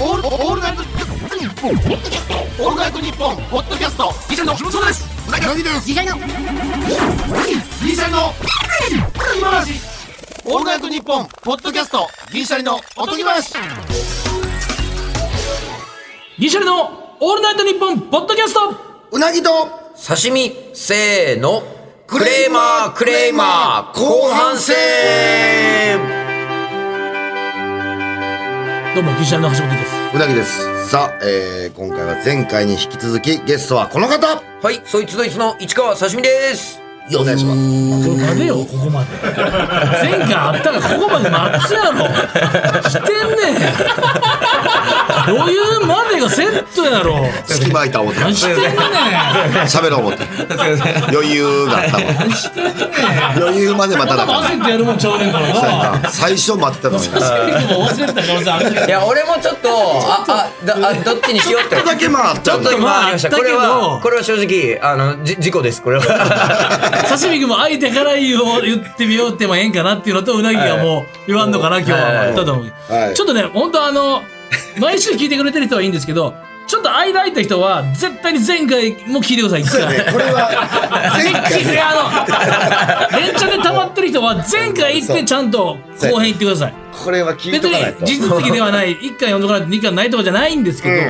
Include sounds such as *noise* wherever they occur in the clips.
オールオールナイトニッポンオールナイトニッポンポッドキャストギシャリの木本壮ですうなぎのギシャリのギシャリの今話オールナイトニッポンポッドキャストギシャリのおとぎ話ギシャリのオールナイトニッポンポッドキャストうなぎと刺身、せーの。ククレレーーママーー、ククレレーーママーー、後後半半戦戦どうも、ギシャリの橋本です。うなぎですさあ、えー、今回は前回に引き続きゲストはこの方はい、そいつどいつの市川刺身です。お願いしますこれまでよ、ここまで。前回あったらここまで待つやろ。してんねん。余裕までがセットや *laughs* ろ。隙間空いた思って何してんねん。喋ろう思って余裕があったもん余裕まで待たな頭かっ焦ってやるもんちゃうねんからな。 *laughs* た *laughs* 最初待ってたのにな忘れてた可能性あるけどいや、俺もちょっと、あ、あ、だあどっちにしようって。だけ回っちゃうんだちょっとまあ、ありました。だこけどれは、これは正直、あの、じ、事故です、これ *laughs* は。 *laughs* 刺身君も相手から言おう言ってみようってもええんかなっていうのとうなぎはもう言わんのかな今日はあったと思う、はいちょっとね本当あの毎週聞いてくれてる人はいいんですけどちょっと間空いた人は絶対に前回も聞いてください一そうや回ねこれは前回いやあの連チャンで溜まってる人は前回行ってちゃんと後編行ってくださいこれは聞い別とかないとに地続きではない1回読んどかないと2回ないとかじゃないんですけど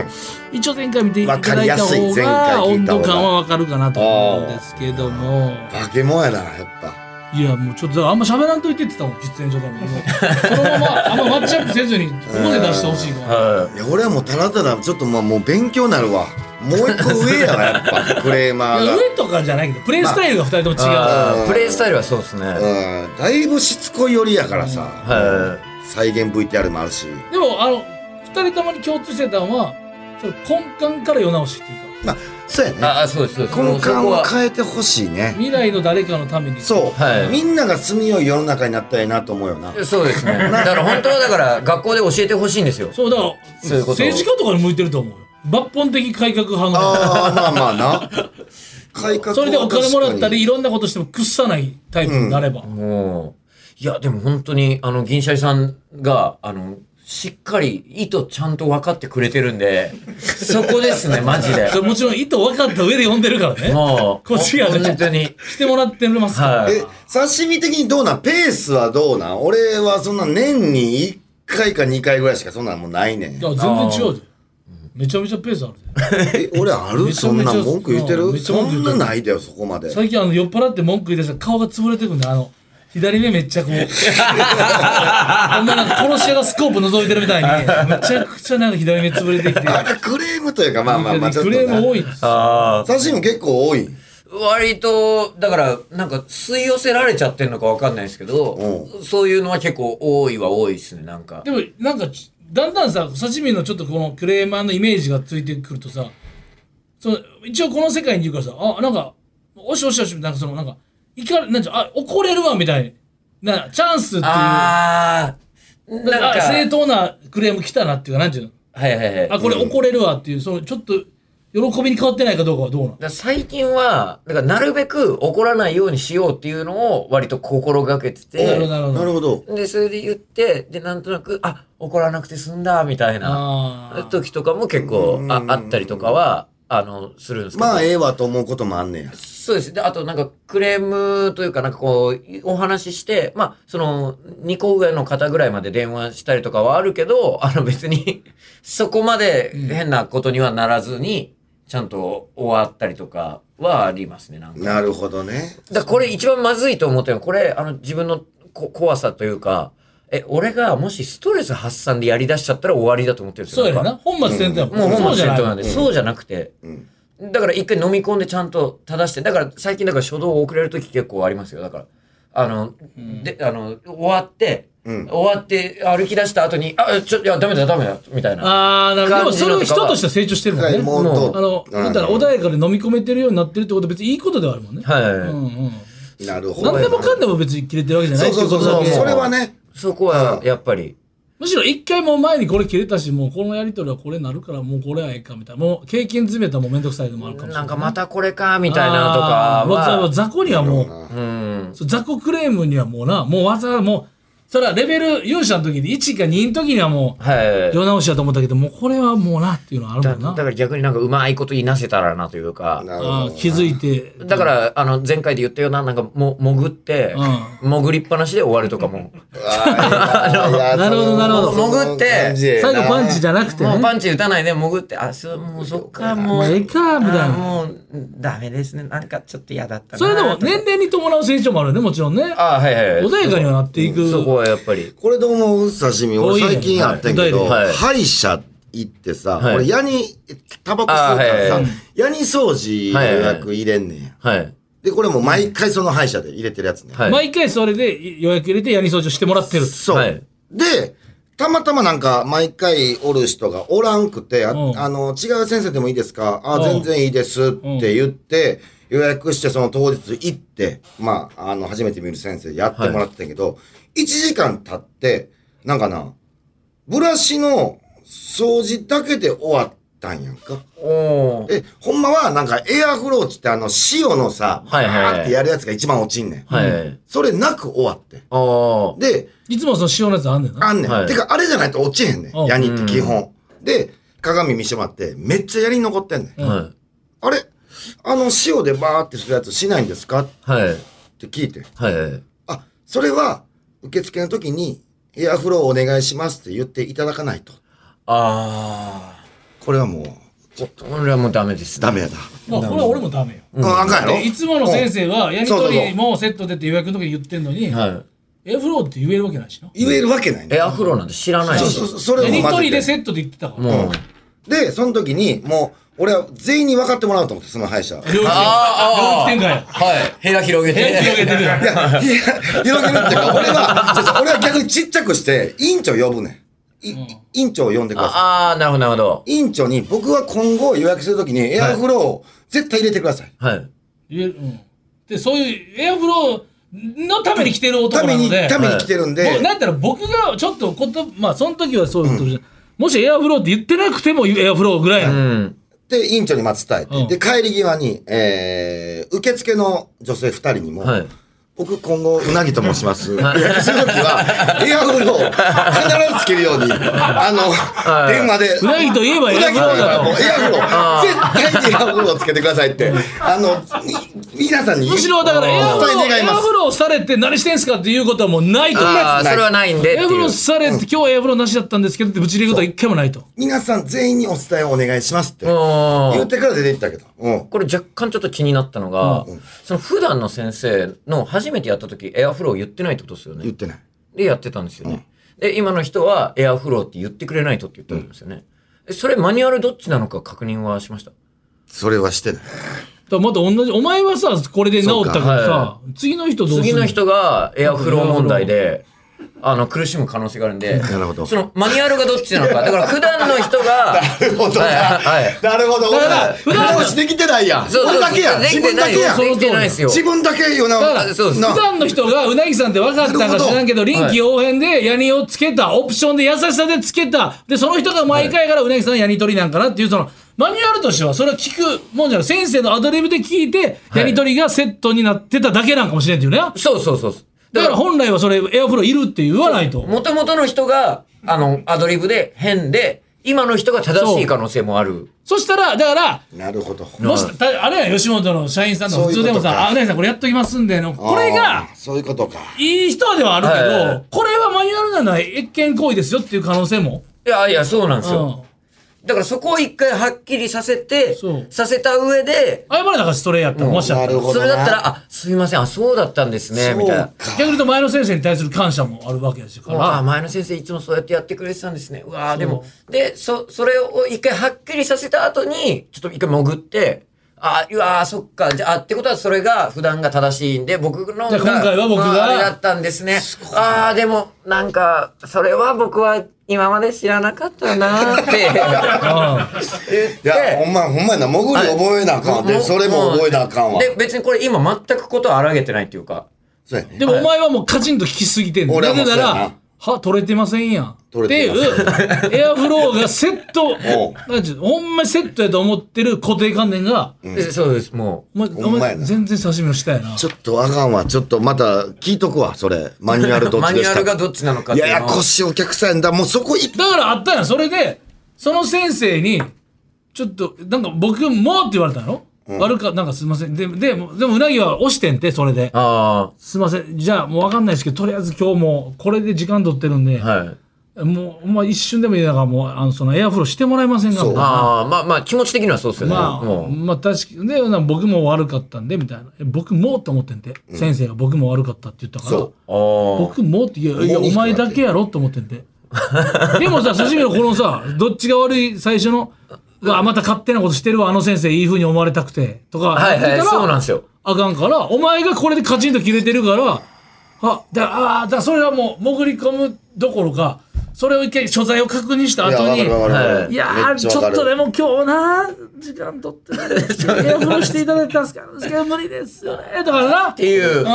一応前回見ていただいたわ方かりやすい前回が聞温いた方が度感はわかるかなと思うんですけども化け物やなやっぱいやもうちょっとだからあんま喋らんといてって言ってたもん喫煙所でも *laughs* もうそのままあんまマッチアップせずにここで出してほしいからいや俺はもうただただちょっとまあもう勉強になるわもう一個上やわやっ *laughs* ぱクレーマーいがや上とかじゃないけどプレイスタイルが2人とも違うからあープレイスタイルはそうですね。はうんだいぶしつこい寄りやからさ、い。再現 VTR もあるしでもあの2人ともに共通してたのはその根幹から世直しっていうかまあそうやねあ、あそうです、そうです。根幹そこをは変えてほしいね未来の誰かのためにそう、はいみんなが住みよい世の中になったらいいなと思うよ *laughs* なそうですね。だから本当はだから学校で教えてほしいんですよ。そうだからそういうこと政治家とかに向いてると思うよ抜本的改革派のあーまあまあな改革それでお金もらったりいいろんなことしても屈さないタイプになれば、もう、いや、でも本当に、あの、銀シャリさんが、あの、しっかり意図ちゃんと分かってくれてる *laughs* んで、そこですね、マジで。それもちろん意図分かった上で呼んでるからねもう、こっちがね本当に。してもらってますから、はえい。刺身的にどうなんペースはどうなん俺はそんな年に1回か2回ぐらいしかそんなんもうないねんいや全然違うでめちゃめちゃペースあるでえ俺あるめちゃそめんちゃなん文句言ってめるちゃそ文句言んってるなないだよそこまで最近あの酔っ払って文句言い出したら顔が潰れてくんだあの左目めっちゃこう *laughs* あんななんか殺し屋がスコープ覗いてるみたいにめちゃくちゃなんか左目潰れてきてあクレームというかまあまあまあちょっクとレーム多ないんですよあ刺身も結構多いー割と、だから、なんか吸い寄せられちゃってるのか分かんないですけど、そういうのは結構多いは多いですね、なんか。でもなんかちだんだんさ刺身のちょっとこのクレーマーのイメージがついてくるとさその一応この世界にいるからさあなんかおしおしおしなんかそのなんかいかなんちゅうあ怒れるわみたいななチャンスっていうああ、なんなんかか、正当なクレーム来たなっていうかなんていうのはいはいはあい。これ怒れるわっていうそのちょっと喜びに変わってないかどうかはどうなのだから最近は、だからなるべく怒らないようにしようっていうのを割と心がけてなるほどて、なるほなどるほどで、それで言って、で、なんとなく、あ、怒らなくて済んだ、みたいなあー時とかも結構あうんあったりとかは、あの、するんですけど。まあええわと思うこともあんねやそうです。で、あとなんかクレームというかなんかこう、お話しして、まあ、その、2個上の方ぐらいまで電話したりとかはあるけど、 *laughs* あの別に、そこまで変なことにはならずに、ちゃんと終わったりとかはありますね、なんか。なるほどねだからこれ一番まずいと思ってるのこれ、あの自分のこ怖さというか、え、俺がもしストレス発散でやり出しちゃったら終わりだと思ってるんですよ。そうやろなんかな本末転倒やもんもう本そうじゃな末転い倒なんで、そうじゃなくて、だから一回飲み込んでちゃんと正して、だから最近だから初動遅れる時結構ありますよ。だから、あの、で、あの、終わって、うん終わって歩き出した後に、あ、ちょ、いや、ダメだ、ダメだ、みたいな。あーなるほどでも感じそのれとかはを人としては成長してるもんはねいもうとあの、うんだったら穏やかで飲み込めてるようになってるってことは別にいいことではあるもんね。はい、うんうん。なるほど何でもかんでも別に切れてるわけじゃなそいうそうそうっていそうそことだけれはねそこは、やっぱり。むしろ一回もう前にこれ切れたし、もうこのやりとりはこれなるから、もうこれはええかみたいな。もう経験詰めたらもうめんどくさいのもあるかもしれな。ないんかまたこれか、みたいなとかあーもうざは。雑魚にはもう、うん。そう雑魚クレームにはもうな、もうわざわざもう、それはレベル勇者の時に1か2の時にはもうはい。世直しだと思ったけどもうこれはもうなっていうのはあるだだもんかなら逆になんかうまいこと言いなせたらなというか。なるほあどー気づいてだから、あの、前回で言ったような、なんか、も、潜って、潜りっぱなしで終わるとか *laughs* も。あなるほどなるほど潜って最後パンチじゃゃなくてもうねパンチ打たないで潜って、あ、そう、もうそっか、もう。もうええかみたいなあもう、ダメですね。なんかちょっと嫌だったな。それでもとか年。齢に伴う成長もあるよねもちろんねあはいはいはい。穏やかにはなっていくそこはやっぱり。これどう思う刺身俺最近あってんけおど、いではい歯医者行ってさ、はい俺ヤニタバコ吸うかあらーさ、はいはいヤニ掃除の予約入れんねんや、はい。でこれもう毎回その歯医者で入れてるやつね、はい。毎回それで予約入れてやり掃除をしてもらってるそう、はいでたまたまなんか毎回おる人がおらんくて、あうんあの、違う先生でもいいですかあ、うん全然いいですって言って、予約してその当日行って、まあ、あの、初めて見る先生やってもらってたけど、1時間経って、なんかな、ブラシの掃除だけで終わったんやんか。おーえ、ほんまはなんかエアフローチってあの、塩のさ、はいはいはいバーってやるやつが一番落ちんねん。はい。それなく終わって。あで、いつもその塩のやつあんねんなあんねん。はいてか、あれじゃないと落ちへんねうんん。ヤニって基本。で、鏡見してもらって、めっちゃヤニ残ってんねん。あ。はい。あれあの、塩でバーってするやつしないんですかっはい。て聞いて。はい。あ、それは、受付の時に、エアフローお願いしますって言っていただかないと。ああ。これはもう、ちょっと、俺はもうダメです。ダメやな。まあこれは俺もダメようん、あかんやろでいつもの先生はやりとそうそうそりうもセットでって予約の時に言ってんのにはエフローって言えるわけないしない言えるわけないい。エね。アフローなんて知らないそうし。そうそう、それやりもと混ぜりでて。セットで言ってたからもう。で、その時に、もう、俺は全員に分かってもらおうと思って、その歯医者は。領域展あーあー開領域展開 *laughs* はい。部屋広げ部て。屋広げてるやんいや、いや広げるっていうか、俺は、ちょっと俺は逆にちっちゃくして、委員長呼ぶねん。い委員長を呼んでくださああ、なるほど、なるほど。い。委員長に、僕は今後予約するときに、エアフローを絶対入れてください。はい。言えるうんでそういうエアフローのために来てるた男めなのに、でために来てるんもでう、なんたら僕がちょっとことまあその時はそういうことじゃんもしエアフローって言ってなくてもエアフローぐらいなうのん。で、委員長にまず伝うんえて、で、帰り際に、えー、受付の女性二人にも、はい。僕今後、うなぎと申します。予約するとき *laughs* は、エアフローを必ずつけるように、あの、電話で。うなぎといえばエうアなフぎロとーいえばだもうとエアフロー絶対にエアフローをつけてください *laughs* ってあのみ皆さんにむしろだからエアフロ絶対ー願いエアますフローされて何してんすかっていうことはもうないと思いあまあ、すそれはないんでっエてアフいロうー。されて今日はエアフローなしだったんですけどってぶち入れることは一回もないと皆さん全員にお伝えをお願いしますってうん言ってから出て行ったけどうんこれ若干ちょっと気になったのが、その普段の先生の初めてやった時エアフロー言ってないってことですよ言っね。てないでやってたんですよね。で、今の人はエアフローって言ってくれないとって言ってるんですよね。えそれマニュアルどっちなのか確認はしました。それはしてないだからまた同じお前はさこれで治ったからさ次の人どうする次の人がエアフロー問題で、あの、苦しむ可能性があるんで、なるほどそのマニュアルがどっちなのか。だから普段の人が、なるほどなはいはいなるほどだ俺からら普段直しできてないやんそうそう俺だけやんで自きて分だないけやんそできてないですよ。自分だけよなだからそうですな普段の人がうなぎさんって分かったんか知らんけど臨機応変でヤニをつけたオプションで優しさでつけたでその人が毎回からうなぎさんはヤニ取りなんかなっていうそのマニュアルとしてはそれは聞くもんじゃない先生のアドリブで聞いていヤニ取りがセットになってただけなんかもしれんっていうねだそうそうそうそう。だかからら、本来はそれエアフローいるって言わないともともとの人が、あの、アドリブで変で、今の人が正しい可能性もある。そしたらだからなるほどもしたあれや吉本の社員さんの普通でもそういうことさ「かあうなぎさんこれやっときますんで」のこれがあーそういうことかいい人ではあるけはいはいはどいこれはマニュアルなのは越見行為ですよっていう可能性も。いやいや、そうなんですうんよ。だからそこを一回はっきりさせてそう、させた上で、謝れなかったそれやったら、もしやっなたるら。ほどそなれだったら、あ、すいません、あ、そうだったんですね、みたいな。そう逆に言うと前の先生に対する感謝もあるわけですかああら。前の先生いつもそうやってやってくれてたんですね。うわあでも、で、そ、それを一回はっきりさせた後に、ちょっと一回潜って、ああ、うわあそっか。じゃあ、ってことはそれが普段が正しいんで、僕のが、じゃあ今回は僕がまああれだったんですね。ああ、でも、なんか、それは僕は今まで知らなかったなーって *laughs* 言って。いやほんまほんまやな潜り覚えなあかんでそれも覚えなあかんわで、別にこれ今全くことを荒げてないっていうか。そうやねでもお前はもうカチンと聞きすぎてんねん俺なはもぜうそなうやなら、歯取れてませんやん。取れてませんっていう、エアフローがセット、 *laughs* おうなんちゅうほんまにセットやと思ってる固定観念が、でそうです、もお前、ほんまやなお前全然刺身の下やな。ちょっとあかんわ。ちょっとまた聞いとくわ、それ。マニュアルう。どっ *laughs* マちニでュすアかルがどっちなのかってやいうやのこしいお客さんやんだ。もうそこ行った。だからあったんやんそれでその先生にちょっとなんか僕もうって言われたの、悪かなんかすいませんででもでもうなぎは押してんてそれであすいませんじゃあもう分かんないですけどとりあえず今日もうこれで時間取ってるんで、あ、はい。もうほんま一瞬でもいいだからもうあのそのエアフローしてもらえませんかみたいなああ、まあまあ、気持ち的にはそうですよね。まあ、もまあ確かにでなんか僕も悪かったんでみたいなえ僕もって思ってんて、先生が僕も悪かったって言ったからそうう。ああ。僕もっていやいやもういおい人前だけやろって思ってんででもさ刺身のこのさどっちが悪い最初の「うわまた勝手なことしてるわあの先生いいふうに思われたくて」とかは言っいてはたい、らそうなんですよ。あかんからお前がこれでカチンと切れてるからあだあーだからそれはもう潜り込むどころかそれを一回所在を確認したいや、後わにかるわかるわかはる。いいやーめちゃわょかっるとでも今日な時間取ってないですけどエアフローしていただいたんですけどですけど無理ですよねとかなっていうう。ん教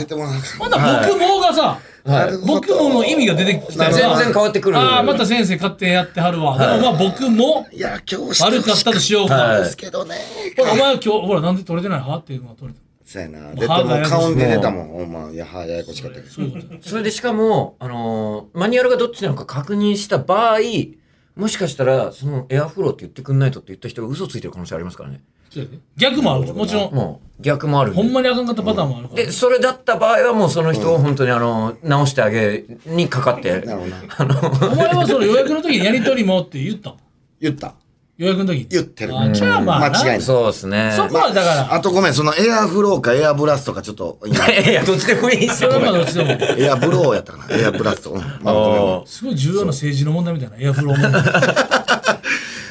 えてもらわなあかんほんなら僕もがさ、なるほど僕もの意味が出てきたなよるねほど全然変わってくる。ああまた先生勝手にやってはるわ、でもまあ僕もいや、今日悪かったとしようか、はいですけどね。ほらお前は今日ほらなんで取れてない歯っていうのが取れたそうやな。絶対もう顔に出てたもん。ほんま、いや、はややこしかったけど。そういうことだそれでしかも、あのーマニュアルがどっちなのか確認した場合、もしかしたら、そのエアフローって言ってくんないとって言った人が嘘ついてる可能性ありますからね。そうやで逆もあるもちろんもう、逆もあるんでほんまにあかんかったパターンもあるから、で、それだった場合はもうその人を本当にあの、直してあげにかかって。なるほどな。お前はその予約の時にやり取りもって言ったの言った。予約の時に言ってるあじゃあまあな間違いないそうですね。そこはだから、あとごめん、そのエアフローかエアブラストかちょっと *laughs* 今いやいや、どっちでもいいっすそよ。れはまあこどれっちでもエアブローやったかな。エアブラスト。うん。まあごめんごあすごい重要な政治の問題みたいなエアフロー問題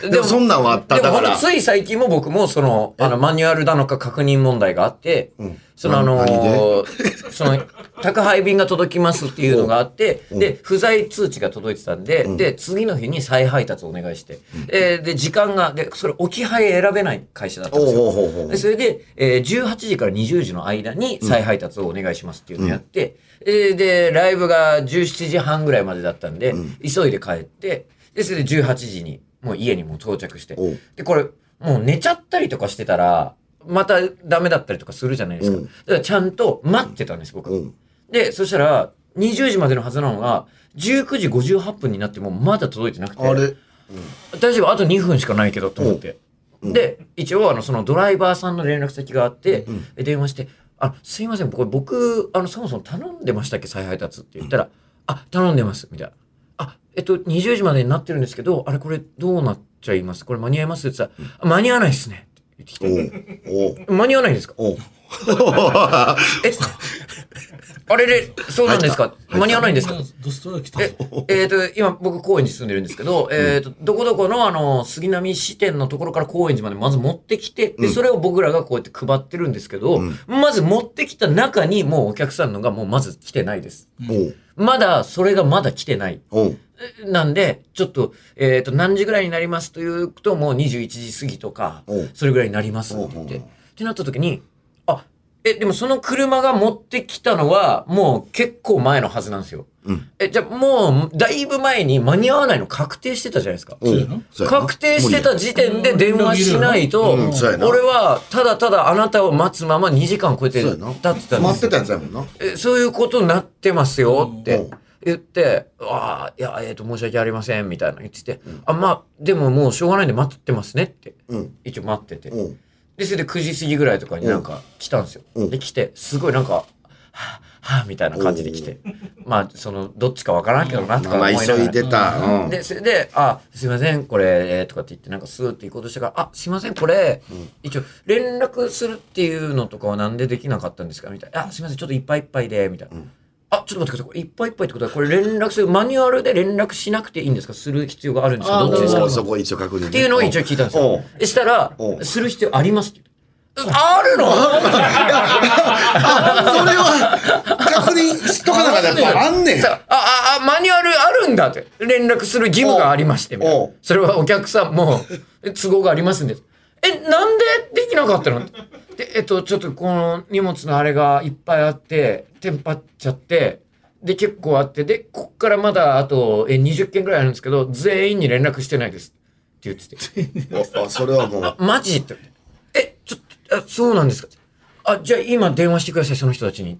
めんでもそんなんはあった。ーでだもかほんとら。つい最近も僕もその、あの、マニュアルなのか確認問題があって、そのあのー *laughs* その、宅配便が届きますっていうのがあって、で、不在通知が届いてたんで、で、次の日に再配達お願いして、えーで、時間が、で、それ置き配選べない会社だったんおですうよ。ほうほうほうで。それで、えー18時から20時の間に再配達をお願いしますっていうのをやって、えーで、ライブが17時半ぐらいまでだったんで、急いで帰って、で、それで18時に、もう家にもう到着しておう、で、これ、もう寝ちゃったりとかしてたら、またダメだったりとかするじゃないですか。うんだからちゃんと待ってたんです、僕。うんで、そしたら、20時までのはずなのが、19時58分になってもまだ届いてなくて。あれ大丈夫あと2分しかないけどと思って、で一応あのそのドライバーさんの連絡先があって、で電話して「あすいませんこれ僕あのそもそも頼んでましたっけ再配達」って言ったら「あ頼んでます」みたいな「あえっと20時までになってるんですけどあれこれどうなっちゃいますこれ間に合います?」って言ったらあ「間に合わないですね」って言ってきおてう「間に合わないんですか?」おうおうえあれでそうなんですか間に合わないんですかドストライク来たえ、えーと、今僕高円寺住んでるんですけど、えーと、どこどこのあの、杉並支店のところから高円寺までまず持ってきて、で、それを僕らがこうやって配ってるんですけど、まず持ってきた中にもうお客さんのがもうまず来てないです。おうまだ、それがまだ来てない。おうえなんで、ちょっと、えっ、と、何時ぐらいになりますというと、もう21時過ぎとかおう、それぐらいになりますって言っおて。うっおうてなった時に、あ、え、でもその車が持ってきたのは、もう結構前のはずなんですよ。うんえ、じゃあもう、だいぶ前に間に合わないの確定してたじゃないですか。おそううやなそうやな確定してた時点で電話しないと、うんそうやな俺はただただあなたを待つまま2時間超えてそう経っやてなたんですよ待ってたやつやもんな。えそういうことになってますよっうてん言って、ああ、いや、えっ、と、申し訳ありません、みたいなの言ってて、あ、まあ、でももうしょうがないんで待ってますねって、うん一応待ってて。おうで、それで9時過ぎぐらいとかになんか来たんですよ。うんで、来て、すごいなんか、はぁ、はぁ、みたいな感じで来て、まあ、その、どっちかわからんけどなまとあか思まあいながら。急いでた。うんで、それで、あ、すいません、これ、えーとかって言って、なんかスーって行こうとしたから、あ、すいません、これ、一応、連絡するっていうのとかはなんでできなかったんですかみたいな。あ、すいません、ちょっといっぱいいっぱいで、みたいな。あ、ちょっと待ってください。これいっぱいいっぱいってことは、これ連絡する、マニュアルで連絡しなくていいんですかする必要があるんですかあーどっちですなるほかそどうそこ一応確認ね。っていうのを一応聞いたんですよ。そしたらお、うする必要ありますって言うあるのあそれは確認しとかなかったらやっぱあんねん。さあ、あ、あ、マニュアルあるんだって。連絡する義務がありまして、みたいおなう。それはお客さんも都合がありますんで。え、なんでできなかったので、えっと、ちょっとこの荷物のあれがいっぱいあって、テンパっちゃって、で、結構あって、で、こっからまだあと、え、20件ぐらいあるんですけど、全員に連絡してないです。って言ってて。あ、それはもう、マジって。え、ちょっと、あそうなんですか。あ、じゃあ今電話してください、その人たちに。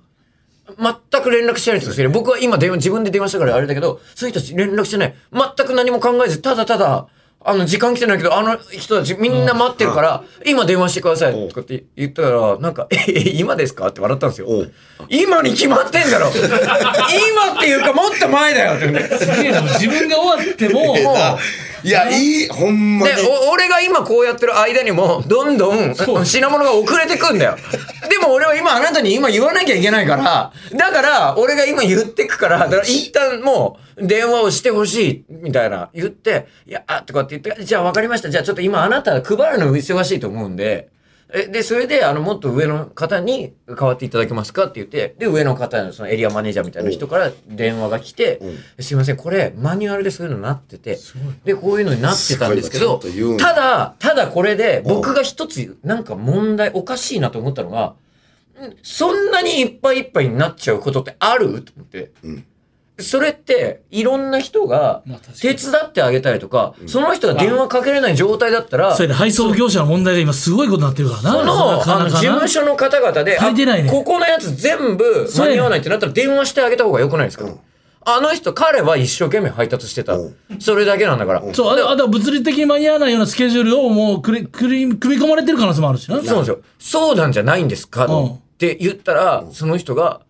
全く連絡してないんですよ。僕は今電話、自分で電話したからあれだけど、そういう人たち連絡してない。全く何も考えず、ただただ、あの、時間来てないけど、あの人たちみんな待ってるから、今電話してください、とかって言ったら、なんか、え、え今ですかって笑ったんですよおう。今に決まってんだ *laughs* ろ今っていうか、もっと前だよって言うんだよ *laughs* すげえな自分が終わってももういや、いい、ほんまにで。お俺が今こうやってる間にもどんどん品物が遅れてくんだよ *laughs* でも俺は今あなたに今言わなきゃいけないからだから俺が今言ってくからだから一旦もう電話をしてほしいみたいな言って「いやあ」とかって言って「じゃあ分かりましたじゃあちょっと今あなた配るの忙しいと思うんで」えで、それで、あの、もっと上の方に変わっていただけますかって言って、で、上の方のそのエリアマネージャーみたいな人から電話が来て、すいません、これ、マニュアルでそういうのなってて、で、こういうのになってたんですけど、すごいわちゃんと言うんやただ、ただこれで、僕が一つ、なんか問題、おかしいなと思ったのが、んそんなにいっぱいいっぱいになっちゃうことってあると思って。んそれって、いろんな人がまあ確かに手伝ってあげたりとか、その人が電話かけれない状態だったら、それで配送業者の問題が今すごいことになってるからなその、なかあの、な事かな務所の方々で、足りてないねあここのやつ全部間に合わないってなったら電話してあげた方が良くないですか、あの人、彼は一生懸命配達してたうん。それだけなんだから。そうあとあとは物理的に間に合わないようなスケジュールをもうくりくり組み込まれてる可能性もあるしなそうなんですよ。そうなんじゃないんですか、うんって言ったら、その人が、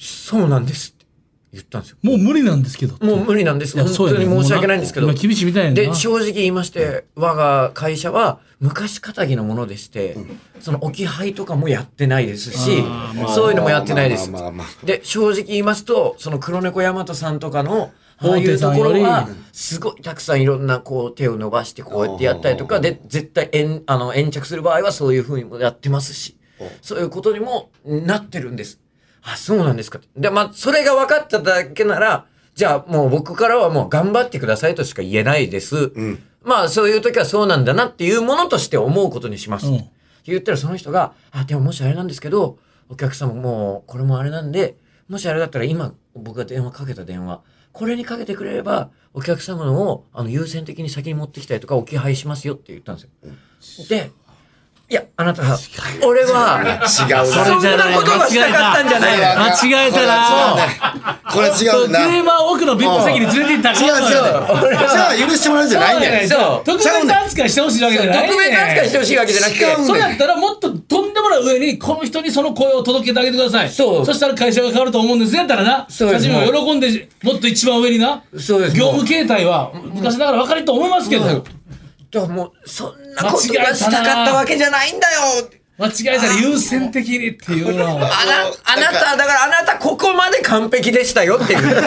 そうなんですって言ったんですよ。もう無理なんですけどもう無理なんです。いや本そう当やねに申し訳ないんですけどもう。今厳しいみたいやなで、正直言いまして、我が会社は昔かたぎのものでして、その置き配とかもやってないですしあ、そういうのもやってないですまあまあまあまあ。で、正直言いますと、その黒猫大和さんとかの、ああ大い手うとさんこよりろは、すごいたくさんいろんなこう手を伸ばしてこうやってやったりとか、で、絶対延あの延着する場合はそういうふうにもやってますし、そういうことにもなってるんです。あ、そうなんですか。で、まあ、それが分かっただけなら、じゃあもう僕からはもう頑張ってくださいとしか言えないです。まあ、そういう時はそうなんだなっていうものとして思うことにします。うんって言ったらその人が、あ、でももしあれなんですけど、お客様もうこれもあれなんで、もしあれだったら今僕が電話かけた電話、これにかけてくれれば、お客様のをあの優先的に先に持ってきたりとか置き配しますよって言ったんですよ。で、いや、あなたは、俺は、違うな。そんなことがしたかったんじゃないよ。間違えたな。これは違そううクな。レーマーを奥のビップ席に連れて行ったら違う違う。じそうゃあ許してもらうんじゃないんだよ。そう特別扱いしてほしい *laughs* わけじゃないね特別扱いしてほしいわけじゃなく違うて、そうやったらもっととんでもない上にこの人にその声を届けてあげてくださいそうしたら会社が変わると思うんですやったらなそうです社長も喜んでもっと一番上になそうです業務形態は昔ながら分かりと思いますけどうんだからもう、そんなことがしたかったわけじゃないんだよ間違えたら優先的にっていうのは *laughs* あな、あなた、だからあなたここまで完璧でしたよっていう。残念っ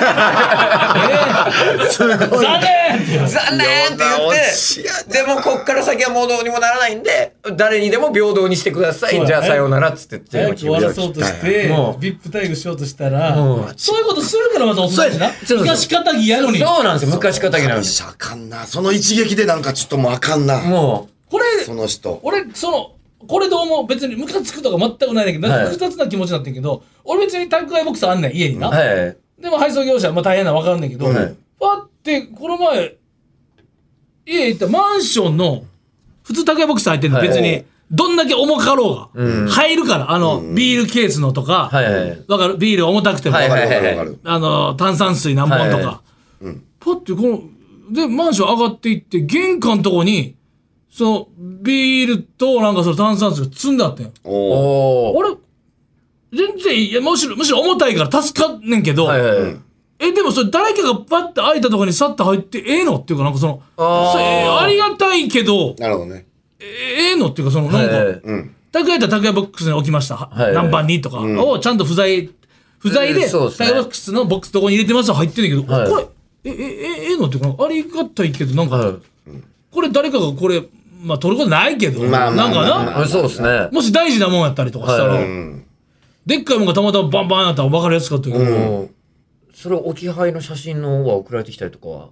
ていう残念って言って、でもこっから先はもうどうにもならないんで、誰にでも平等にしてくだそさうい。だねじゃあさようならっつって早く終わらそうとしてもう VIP 待遇しようとしたらもうそういうことするからまた遅いしなそうそう昔かたぎやのにそうなんですよ、昔かたぎなん会です。社あかんな。その一撃でなんかちょっともうあかんな。もこれその人。俺そのこれどうも別にムカつくとか全くないねんだけど、はないんか複雑な気持ちになってんけど俺別に宅配ボックスあんねん家にな、う、はい。でも配送業者はまあ大変なの分かんねんけど、はいパッてこの前家行ったマンションの普通宅配ボックス入ってるの、はい別にどんだけ重かろうが、入るからあの、ビールケースのとか、はいはいはいわかるビール重たくても、はいわかはいるわかるわかる。あの炭酸水何本とか、はいはパッてこのでマンション上がっていって玄関のとこにそのビールとなんかその炭酸水が積んであってんおお。お俺全然いいやむしろむしろ重たいから助かんねんけど、ーはいはいはい。えでもそれ誰かがパッて開いたとこにさって入ってええのっていうかなんかそのあーそれえーありがたいけどなるほどね。ええのっていうかそのなんか、はいうん。宅配やったら宅配ボックスに置きました、い何番にとかをちゃんと不在不在えでーそ宅うですね配ボックスのボックスどこに入れてますは入ってんねんけど、はいこれえええええのっていうかなんかありがたいけどなんか、はいこれ誰かがこれまあ取ることないけど、まあまあまあまあなんかなあそうですね。もし大事なもんやったりとかしたら、はいうん。でっかいもんがたまたまバンバンやったら分かりやすかったけど、もうそれ置き配の写真の方が送られてきたりとかは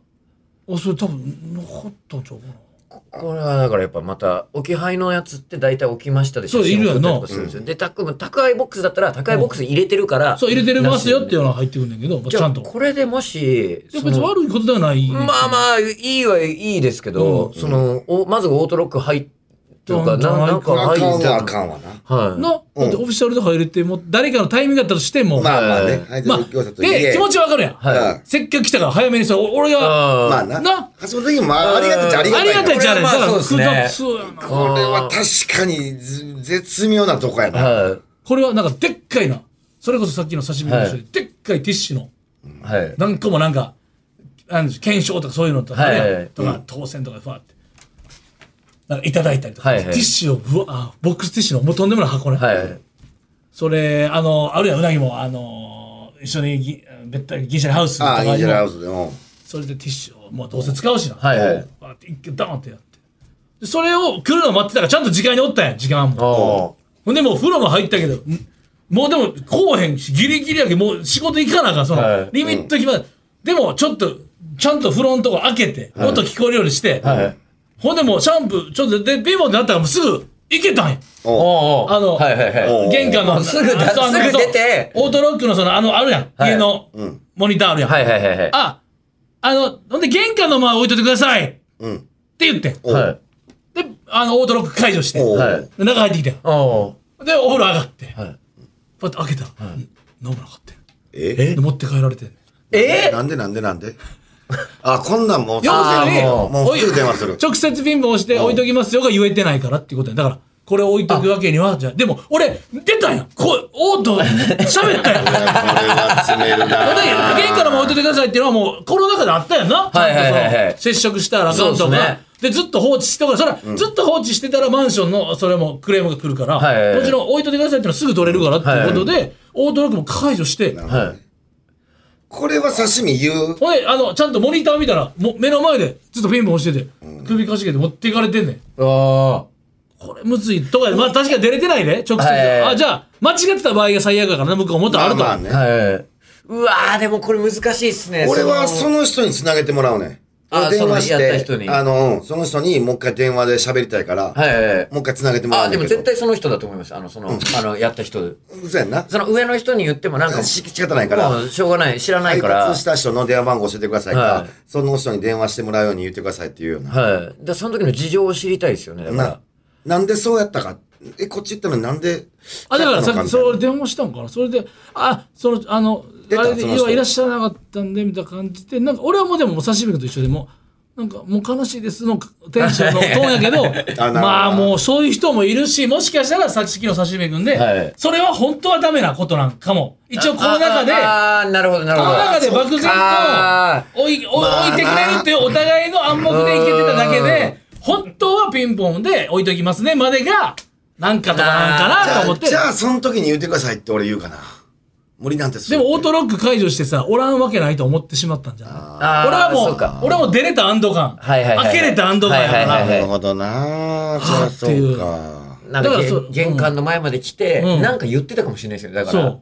あそれ多分なかったんちゃうかなここれはだからやっぱまた置き配のやつって大体置きましたでそう写真いるよな送ったりとかするんですよで宅も宅配ボックスだったら宅配ボックスに入れてるからそう入れてるますよっていうのは入ってくるんだけど、じちゃゃあんと。いこれでもしやそ別にの悪いことではない。まあまあいいはいいですけどうんそのおまずオートロック入ってとかななんなんかあかん入っはあてかんわな。はいな、だってオフィシャルで入れて、もう誰かのタイミングだったとしても、まあまあね。はいはい、じゃあまあ餃子とで、気持ちちわかるやん。はせっかく来たから早めにさ、お俺が、あまああな。な橋本的にもあありがたいっちゃありがあたいりな。がたいじゃない。これはまだあからそうですね複雑やなこれは確かにず絶妙なとこやな。はこれはなんかでっかいな。それこそさっきの刺身の一緒で、でっかいティッシュの、いはい何個もなんか、なんでしょう検証とかそういうのとか、はいあるやんとか当選とかファーって。なんかいただいたりとか、はいはいティッシュをぶわあボックスティッシュのもうとんでもない箱ね、はいそれあのあるやんうなぎもあの一緒にぎ別体銀シャリハウスとあかあ、にもインジェラハウスでも。それでティッシュをもうどうせ使うしな、はいはいバーって一気にダーンってやってでそれを来るのを待ってたからちゃんと時間におったんや時間もあほんでもう風呂も入ったけどんもうでもこうへんしギリギリやけどもう仕事行かなあかんその、はいリミット決まる、でもちょっとちゃんと風呂のとこ開けて、音聞こえるようにして、あはいほんでもうシャンプーちょっとで貧乏になったからもうすぐ行けたんやおうおうおうあのはいはいはいおう玄関のすぐ出あそうあのすぐ出てそうオートロックのそのあのあるやん、はい家のんモニターあるやん、はいはいはいはいああのほんで玄関の前置いといてくださいってうん。言ってんおうはいで、あの、オートロック解除して、おうはいで中入ってきて、おうで、お風呂上がって、はいパッと開けたら、うん飲まなかったよえで、持って帰られてんね。えなんでなんでなんであ、こんなんもう、要するに、もうもうすぐ電話するおい直接貧乏して置いときますよが言えてないからっていうことや。だから、これ置いとくわけには、じゃあでも、俺、出たんやこう、オート、喋ったやん。 *laughs* これほは詰めるんでな。玄関のも置いといてくださいっていうのはもう、コロナ禍であったやんな。ちゃんとそのはいはいはいはい接触したらあかんそとうか。でですねずっと放置しておかそれはずっと放置してたらマンションのそれもクレームが来るから、はいはいはいもちろん置いといてくださいってのはすぐ取れるからっていうことで、オートロックも解除して、はいこれは刺身言う。ほんで、あの、ちゃんとモニター見たら、もう目の前でずっとピンポンしてて、首かしげて持っていかれてんねん。あこれむずいとかで、まあ確かに出れてないね、直接。はいあ、じゃあ、間違ってた場合が最悪だからな、向こうもっとあると思う。まあまああね。はいうわーでもこれ難しいっすね俺はその人に繋げてもらうねん。あ俺電話しそのやったて、人にあの、うんその人にもう一回電話で喋りたいから、はいはいはいもう一回繋げてもらあうでねんもけど。絶対その人だと思いますあのそのあのやった人そうやんな。その上の人に言ってもなんかし仕方ないから。もうしょうがない知らない配から達した人の電話番号教えてくださいか、はいその人に電話してもらうように言ってくださいっていうような。はいでその時の事情を知りたいですよねだからななんでそうやったか。え、こっち行ったのになんで。あだからさっきそれう俺電話したんかなそれであそのあの出たあれでその人要はいらっしゃらなかったんでみたいな感じでなんか俺はもうでもお刺身と一緒でもうなんかもう悲しいですのテン *laughs* ションのトーンやけどほどまあもうそういう人もいるしもしかしたらさっきの刺身君で、はいそれは本当はダメなことなんかも一応この中でこああーなるほどなるのほど中で漠然あと置い置いまあ置いてくれるっていうお互いの暗黙でいけてただけで本当はピンポンで置いときますねまでがなんかとかなんじかなゃと思あ、ってじゃあその時に言ってくださいって俺言うかな。無理なんてすでるってもオートロック解除してさ、おらんわけないと思ってしまったんじゃないあ俺はもそうかう、俺はもう出れた安堵感。はいはいはい開けれた安堵感やから。はいはいなるほどなそりゃそうか。なんだかからげそうん玄関の前まで来て、うんなんか言ってたかもしれないですよねだかそらう。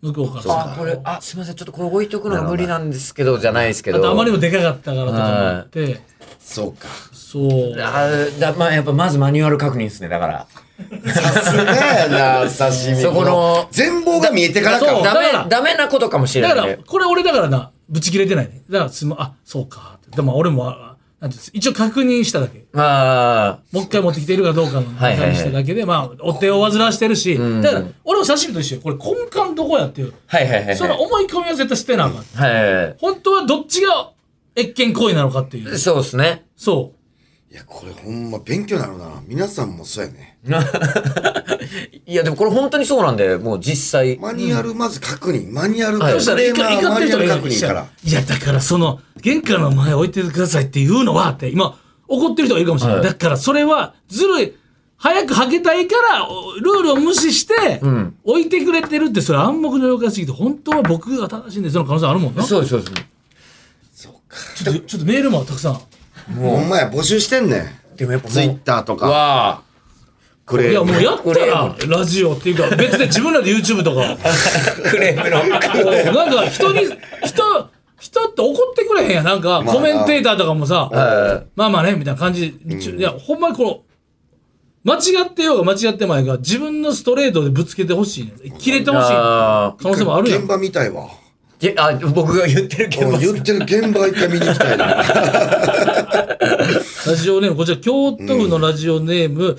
向こうからさ。あこれあすみませんちょっとこれ置いとくのが無理なんですけどじゃないですけあどとあまりにもでかかったからとかもあって、そうか。そう。あーだまあやっぱまずマニュアル確認ですねだからさすがやな、刺身。そこの全貌が見えてからそうか。ダだからメダメなことかもしれだかないら、ねこれ俺だからな、ぶち切れてないね。だからすま、あ、そうかって。でも俺も、あなんていうんです一応確認しただけ。あもう一回持ってきているかどうかのはいはいはい確認しただけで、まあ、お手を煩わしてるし、だから、俺も刺身と一緒よこれ根幹どこやっていう。あはいはいはいはいその思い込みは絶対捨てなあかん。はいはいは本当はどっちが越権行為なのかっていうい。そうですねそう。いや、これほんま勉強になるな。皆さんもそうやね。 *laughs* いやでもこれ本当にそうなんでもう実際マニュアルまず確認。マニュアルはいそしたら、いかマニ怒ってュアる人ルが確いる認から。いや、だからその、玄関の前置いててくださいって言うのはって、今、怒ってる人がいるかもしれない。はいだからそれは、ずるい。早くはけたいから、おルールを無視して、ん置いてくれてるって、それ暗黙の了解すぎて、本当は僕が正しいんですの可能性あるもんな。ちょそうですそうですっと、ちょっとメールもたくさん。ほんまや、募集してんねん。でもやっぱツイッターとか、わあクレいや、ームもうやった俺ら、ラジオっていうか、 *laughs* 別で自分らで YouTube とか。クレームのなんか人に人人って怒ってくれへんやんなんかまあコメンテーターとかもさ、はいまあまあねみたいな感じで、ちょいやほんまにこの間違ってようが間違ってまいが自分のストレートでぶつけてほしいねん切れてほしい可あ能性もあるや現ん場みたいわ。ーけあ僕が言ってるけどうん言ってる現場一回見に行きたいな。ラジオネームこちら京都府のラジオネーム、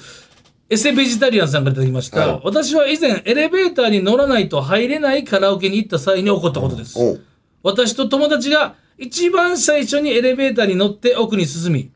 エセベジタリアンさんからいただきました、はい私は以前エレベーターに乗らないと入れないカラオケに行った際に起こったことです、おう私と友達が一番最初にエレベーターに乗って奥に進み、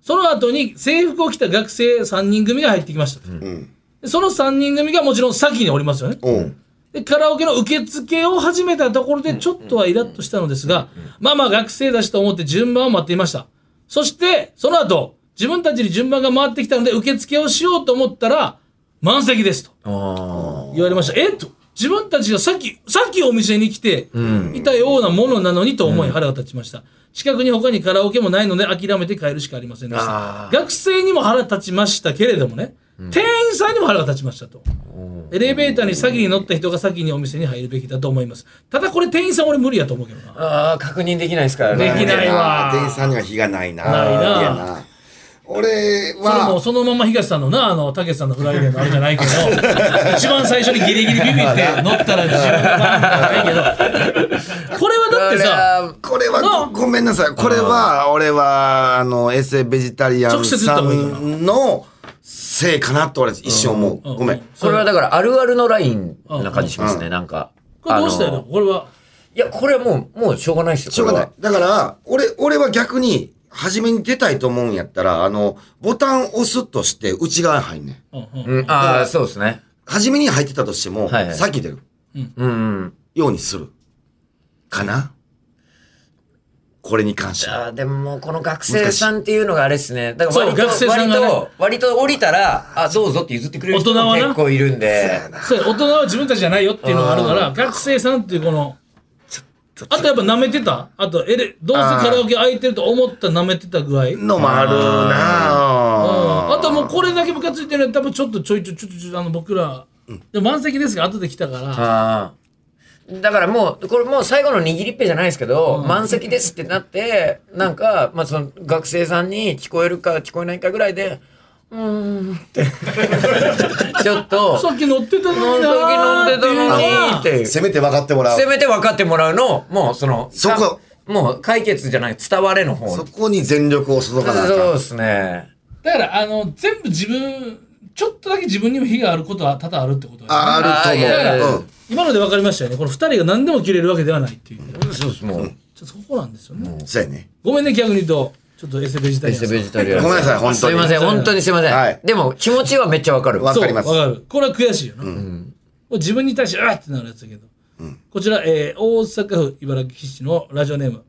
その後に制服を着た学生3人組が入ってきました。うん。でその3人組がもちろん先におりますよね。おうで、カラオケの受付を始めたところでちょっとはイラッとしたのですが、まあまあ学生だしと思って順番を待っていました。そして、その後、自分たちに順番が回ってきたので受付をしようと思ったら、満席ですと。あ言われました。えっと、自分たちがさっき、さっきお店に来て、いたようなものなのにと思い腹が立ちました。近くに他にカラオケもないので諦めて帰るしかありませんでしたあ。ー学生にも腹立ちましたけれどもね、店員さんにも腹が立ちましたと。エレベーターに先に乗った人が先にお店に入るべきだと思います。ただこれ店員さん俺無理やと思うけどな。あー確認できないですからねできないわ店員さんには火がないな。ないなやな。俺それもは、そのまま東さんのな、あの、たけしさんのフライデーのあれじゃない *laughs* けど、一番最初にギリギリビビって乗ったら自分がないけど、これはだってさ、これはなごごめんなさい。これは、俺は、あの、エセベジタリアン直接言っさた方がいいよなんのせいかなと俺一生思う。ごめん。それはだからあるあるのラインな感じしますね、なんか。これどうしたあよのこれは。いや、これはもう、もうしょうがないですよ。しょうがないこ。だから、俺、俺は逆に、初めに出たいと思うんやったら、あの、ボタン押すとして内側に入んねん。うんうんれは。うん、ああ、そうですね。初めに入ってたとしても、はいはい先出るうんうん。ようにする。かなこれに関しては。あーでももうこの学生さんっていうのがあれですね。だから割と、そう学生さん割がねと、割と降りたら、あ、どうぞって譲ってくれる人も大人はな結構いるんで。そうや大人は自分たちじゃないよっていうのがあるから、学生さんっていうこの、あとやっぱ舐めてたあとエレ、どうせカラオケ空いてると思った舐めてた具合。うんのもあるなああともうこれだけムカついてるのは多分ちょっとちょいちょいちょいちょいあの僕ら、でも満席ですが後で来たから、あーだからもう、これもう最後の握りっぺじゃないですけど、満席ですってなって、なんか、まあその学生さんに聞こえるか聞こえないかぐらいで、うーんって。ちょっと、さっき乗ってたの飲んにでなー飲んでたのにっっていうのはていう。せめて分かってもらうせ。めて分かってもらうのをもうその、そこかもう解決じゃない、伝われの方そこに全力を注がなあそうかでんすね。だからあの、全部自分、ちょっとだけ自分にも非があることは多々あるってことだよねああいやあいるやと思う。うん今ので分かりましたよね。この2人が何でも切れるわけではないっていう。ちょっそうです、もう。とそこなんですよね。そうやね。ごめんね、逆に言うと、ちょっとエセベジタリアンさん。ベジタリアン。ごめんなさい本当にすいません、本当にすいません。はいでも、気持ちはめっちゃ分かる。わ *laughs* そうかりますわかる。これは悔しいよな。これ自分に対して、うわってなるやつだけど。こちら、えー大阪府茨城市のラジオネーム、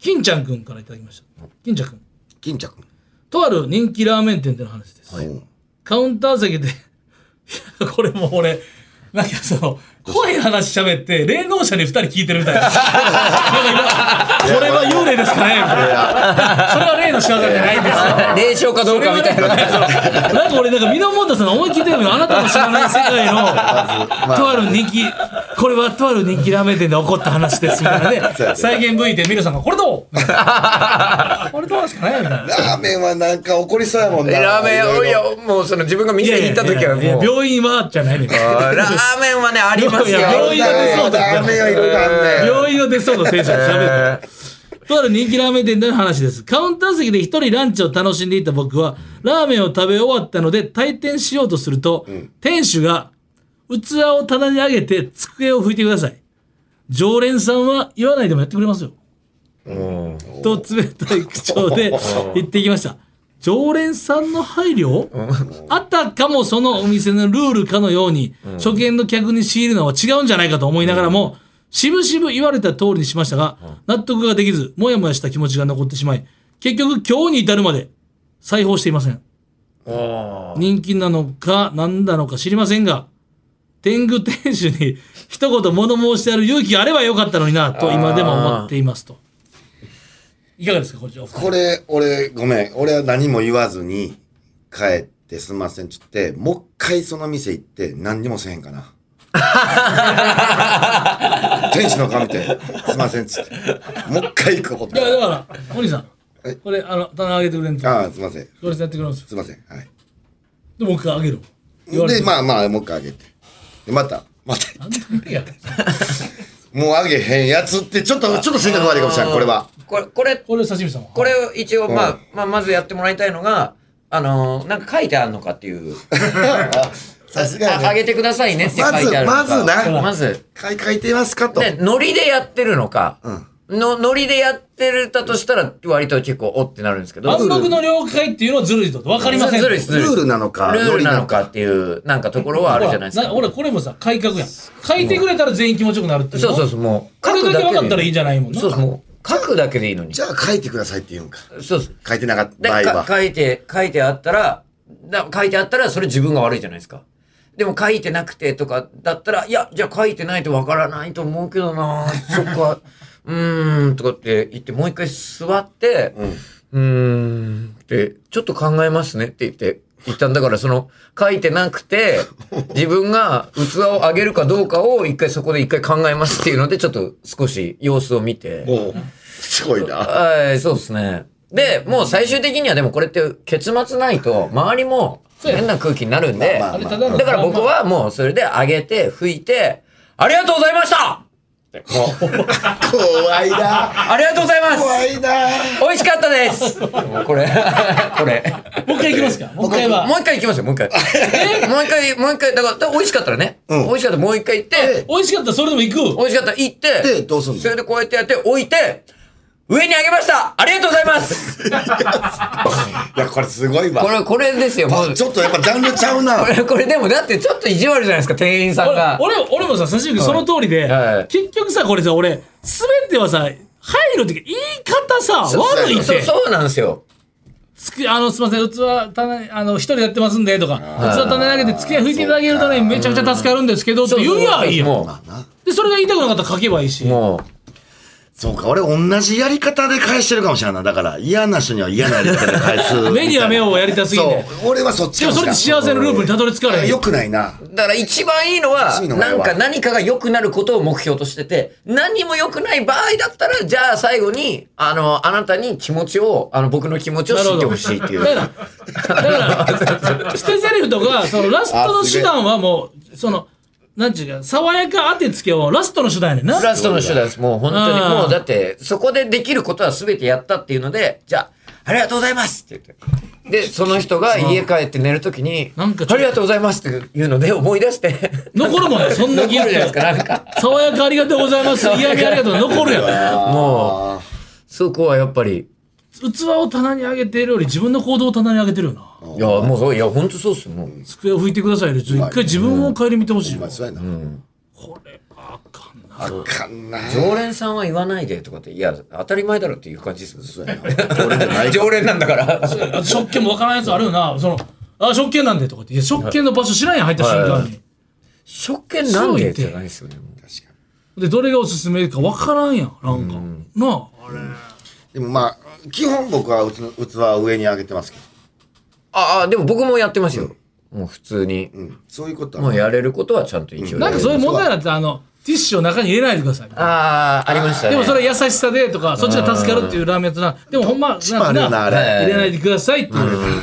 金ちゃんくんからいただきました。金ちゃんくん。金着。とある人気ラーメン店での話です。カウンター席で、 *laughs* これもう俺、なんかその、怖い話喋って、霊能者に二人聞いてるみ *laughs* たいな。なんか今これは幽霊ですかねみたいなそれは霊の仕業じゃないんです *laughs* よ。霊障かどうかみたいな。なんか俺、なんか、ミノモンタさんの思い聞いてるけど、あなたの知らない世界の、とある人気、これはとある人気ラーメン店で起こった話です、みたいなねそうや。ね再現 V でミノさんが、これどうこれどうですかねみたいな。ラーメンはなんか怒りそうやもんな。ラーメいンろい屋、ろいや、もうその自分が店に行った時はいやいやもう。病院は、じゃないねんあーラーメンはね、ありますよ。いや病院はねそうだラーメンはいろいろあんねん。病院の出そうのテンションで喋ってえとある人気ラーメン店での話です。カウンター席で一人ランチを楽しんでいた僕は、ラーメンを食べ終わったので退店しようとすると、店主が器を棚に上げて机を拭いてください。常連さんは言わないでもやってくれますよ。と冷たい口調で言ってきました。常連さんの配慮あたかもそのお店のルールかのように、初見の客に仕入るのは違うんじゃないかと思いながらも、しぶしぶ言われた通りにしましたが、納得ができず、もやもやした気持ちが残ってしまい、結局今日に至るまで、裁縫していません。人気なのか何なのか知りませんが、天狗店主に一言物申してやる勇気があればよかったのにな、と今でも思っていますと。いかがですか、こちら。これ、俺、ごめん。俺は何も言わずに、帰ってすんませんっつって、もう一回その店行って、何にもせえへんかな。天使の顔見て、すいません、つって。もう一回行こういとや、だから、鬼さはいん、これ、あの、棚上げてくれんと。ああ、すいません。これやってくれるんですよ。すいません。はい。で、もう一回上げろ。言われで、てまあまあ、もう一回あげて。で、また、また、なんでもいいや。もうあげへんやつって、ちょっと、ちょっと性格悪いかもしれない、これ *laughs* は。。これ、これ、これ、刺身さんは。これを一応、まうあ、まあ、まずやってもらいたいのが、あのー、なんか書いてあるのかっていう。さすがああに、ね。げてくださいねって書いてあるのまか。ずまずなまず。買い書いてますかと。ね、ノリでやってるのか。うん。の、ノリでやってるだとしたら、割と結構、おってなるんですけど。暗黙の了解っていうのはずるいぞと。わかりません。ずるいですルールなのか、ルーノルリなのかっていう、なんかところはあるじゃないですか。ほら、これもさ、改革やん。書いてくれたら全員気持ちよくなるっていそうそううそう、もう。これだけ分かったらいいじゃん。ないもんな。そうそう、もう。書くだけでいいのに。じゃあ書いてくださいって言うんか。そうそう。書いてなかったで、場合かは。書いて、書いてあったら、だ書いてあったら、それ自分が悪いじゃないですか。でも書いてなくてとかだったら、いや、じゃあ書いてないとわからないと思うけどなそっ *laughs* か、うーん、とかって言って、もう一回座って、うん。うーんって、ちょっと考えますねって言って、一旦だからその、書いてな *laughs* くて、自分が器を上げるかどうかを一回そこで一回考えますっていうので、ちょっと少し様子を見て。おうすごいな。はい、そうですね。で、もう最終的にはでもこれって結末ないと、周りも変な空気になるんで、まあまああれまただのだから僕はもうそれで上げて、拭いて、ありがとうございました怖いな。ありがとうございます怖いな。 *laughs* 美味しかったですもうこれ、 *laughs* これ。もう一回いきますか。もう一回は。もう一回行きますよ、もう一回。もう一回、もう一回、だから、だから美味しかったらね。うん美味しかったらもう一回行って、美味しかったらそれでも行く。美味しかったら行って、で、どうすんそのれでこうやってやって、置いて、上にあげましたありがとうございますいや、これすごい *laughs* こわ。れ、これですよ、もう。ちょっとやっぱジャンルちゃうなこ。れ、 *laughs* これでも、だってちょっと意地悪じゃないですか、店員さんが。俺、俺俺もさ、刺身君その通りではい、結局さ、これさ、俺、すべてはさ、入るっていうか言い方さ、そう悪いっそう、て。そうなんですよ。つくあの、すみません、器、たな、あの、一人やってますんで、とか、ー器棚投げて、付き合い拭いていただけるとね、めちゃくちゃ助かるんですけど、って言うやいいよ。もまあなで、それが言いたくなかったら書けばいいし。う、もそうか、俺同じやり方で返してるかもしれないな。だから嫌な人には嫌なやり方で返す。 *laughs* 目には目をやりたすぎそて。う、俺はそっちでもそれって幸せのループにたどり着かれへん。よくないな。う。だから一番いいのは、趣味の場合なはんか何かが良くなることを目標としてて、何も良くない場合だったら、じゃあ最後に、あの、あなたに気持ちを、あの、僕の気持ちを知ってほしいっていう。 *laughs* だから、だから、捨て台詞とか、そのラストの手段はもう、その、なんちゅうか、爽やか当てつけをラストの手段やねんな。ラストの手段です。もう本当に。うんもうだって、そこでできることは全てやったっていうので、じゃあ、ありがとうございますって言って。で、その人が家帰って寝るときに、なんかちょっとありがとうございますっていうので思い出して、残るもんや、そんだ残るけじゃ言っないてですか、なんか。爽やかありがとうござい *laughs* ます。嫌味ありがとう。残るやん。もう、そこはやっぱり、器を棚に上げているより自分の行動を棚に上げてるよな。いや、もうそう、いや、本当そうっすよ、もう。机を拭いてくださいより一回自分を顧みてほしいおよ前そうやな。これあかんなあかんな。常連さんは言わないでとかって、いや、当たり前だろっていう感じですもんね。俺じゃない *laughs* 常連なんだから。あと食券もわからんやつあるよなそのあ食券なんでとかっていや食券の場所知らんやん入った瞬間に食券なんでじゃないですよね。もうでどれがおすすめかわからんやんなんかなああでれもまあ、基本僕はうつ器は上に上げてますけど。ああ、でも僕もやってますよ。もう普通に。うん。そういうこともはう。やれることはちゃんと一応なやんるかそういう問題だってあのティッシュを中に入れないでくださいああ、ありましたね。でもそれは優しさでとかそっちが助かるっていうラーメンとなでもほんままああるよなな、あはれ。い入れないでくださいっていう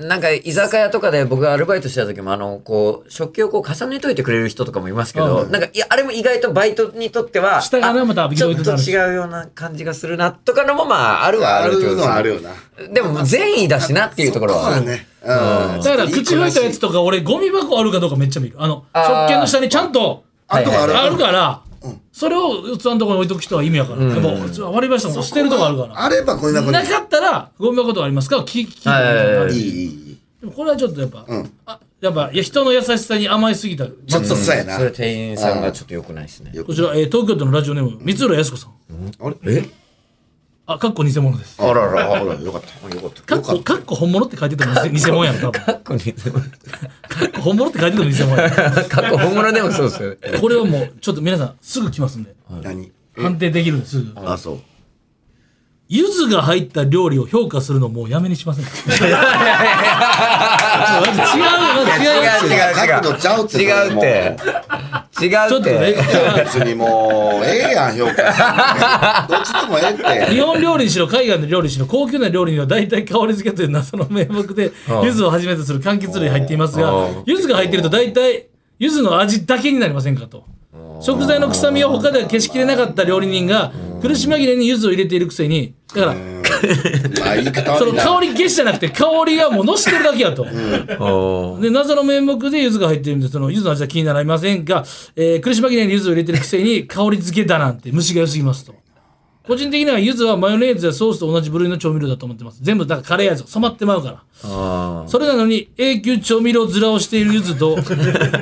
なんか居酒屋とかで僕がアルバイトしてた時も、あの、こう、食器をこう重ねといてくれる人とかもいますけど、なんか、いや、あれも意外とバイトにとっては、下がねあまたちょ緑っ色にとなるし違うような感じがするな、とかのもまあ、あるはああるってることのですはねあるよな。でも、善意だしなっていうところそうは。だね。うん。だから口拭いたやつとか俺ゴミ箱あるかどうかめっちゃ見るあのあー食券の下にちゃんとあとはある。あるから、それを器のところに置いとく人は意味やから、やっぱ器割り箸とかも捨てるとこあるからあればこんなことなかったらゴミ箱とかありますか聞き、はいはいはいいいいいいい。でもこれはちょっとやっぱ、うんあやっぱいや人の優しさに甘いすぎたちょっとそうやなそ。れ店員さんがちょっと良くないですね。こちら、えー東京都のラジオネーム三浦靖子さんあれえあかっこ偽物ですあらら、あら、よかった。あよかった。かっこかっこ本物って書いてても *laughs* 偽偽物やん多分過去に、本物って書いてても偽物やん過去本物でもそうですよね。これはもうちょっと皆さんすぐ来ますんで何判定できるんですすぐあ、そう。柚子が入った料理を評価するのもうやめにしま *laughs* せんか違うよ違うよ違うよ違う違う違う角度ちゃうって。違うって。違ちょうっっとねて。別にもう、ええやん、評価。どっちでもええって。日本料理にしろ海外の料理にしろ高級な料理には大体香り付けという謎の名目でああ柚子をはじめとする柑橘類入っていますああが柚子が入っていると大体柚子の味だけになりませんかと食材の臭みを他では消しきれなかった料理人が苦し紛れに柚子を入れているくせにだからまあ、言い方そ悪のいな。香り消しじゃなくて香りがもうのしてるだけやと。おーで謎の面目で柚子が入ってるんでその柚子の味は気になりませんが、えー、苦し紛れに柚子を入れてるくせに香り付けだなんて虫が良すぎますと個人的には柚子はマヨネーズやソースと同じ部類の調味料だと思ってます全部だからカレー味が染まってまうからあーそれなのに永久調味料面をしている柚子と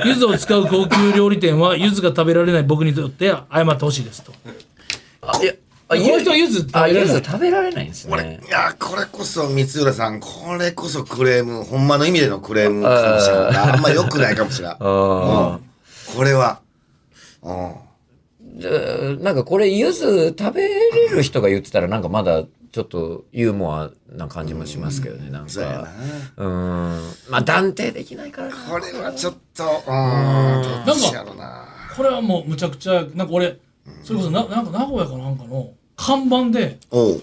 柚子を使う高級料理店は柚子が食べられない僕にとっては謝ってほしいですとあいやあこの人は柚子食べあら柚れな子い食べられないんですこれね。いや、これこそ、光浦さん、これこそクレーム、ほんまの意味でのクレームかもしれない。あんま良くないかもしれない。あこれは。うん。ーじゃあなんかこれ柚子食べれる人が言ってたらなんかまだちょっとユーモアな感じもしますけどねなんそうやなか。うんまあ断定できないからな。これはちょっと、うん、どっちやろうな。これはもうむちゃくちゃなんか俺それこそななんか名古屋かなんかの看板でおう。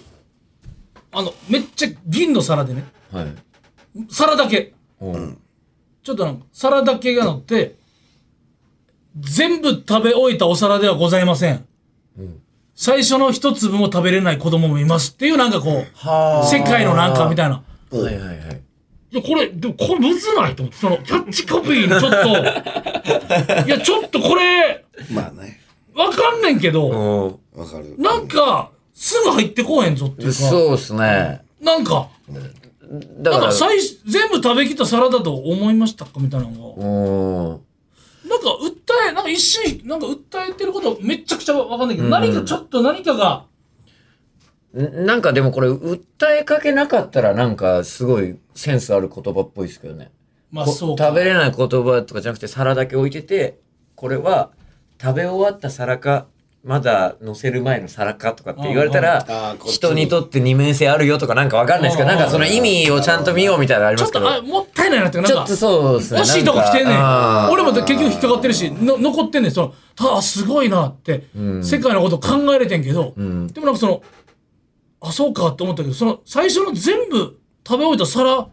あのめっちゃ銀の皿でねはい。皿だけうん。ちょっとなんか皿だけが乗って全部食べ終えたお皿ではございません、最初の一粒も食べれない子供もいますっていうなんかこうは世界のなんかみたいなあ。はいはいはい。いやこれでもこれむずないと思ってそのキャッチコピーにちょっ *laughs* といやちょっとこれまあね、わかんねんけど、おわかる。なんかすぐ入ってこうへんぞっていうかそうっすね。なんかなだか。んから最初全部食べきった皿だと思いましたかみたいなのが。おーなんか訴え、なんか一瞬、なんか訴えてることめっちゃくちゃわかんないけど、何かちょっと何かが、んなんかでもこれ訴えかけなかったらなんかすごいセンスある言葉っぽいですけどね。まあこそうか。食べれない言葉とかじゃなくて皿だけ置いててこれは食べ終わった皿かまだ乗せる前の皿かとかって言われたうんうんあらーこっち人にとって二面性あるよとかなんかわかんないですけどうんなんかその意味をちゃんと見ようみたいなのありちまょっすけと、あ、どもったいないなっていうか、ちなょんっかと、そうですね惜しいとこ来てんねん。なんか俺も結局引っかかってるし、の残ってんねん。その、ただすごいなって、世界のこと考えれてんけど、んでもなんかその、あ、そうかって思ったけど、その、最初の全部食べ終えた皿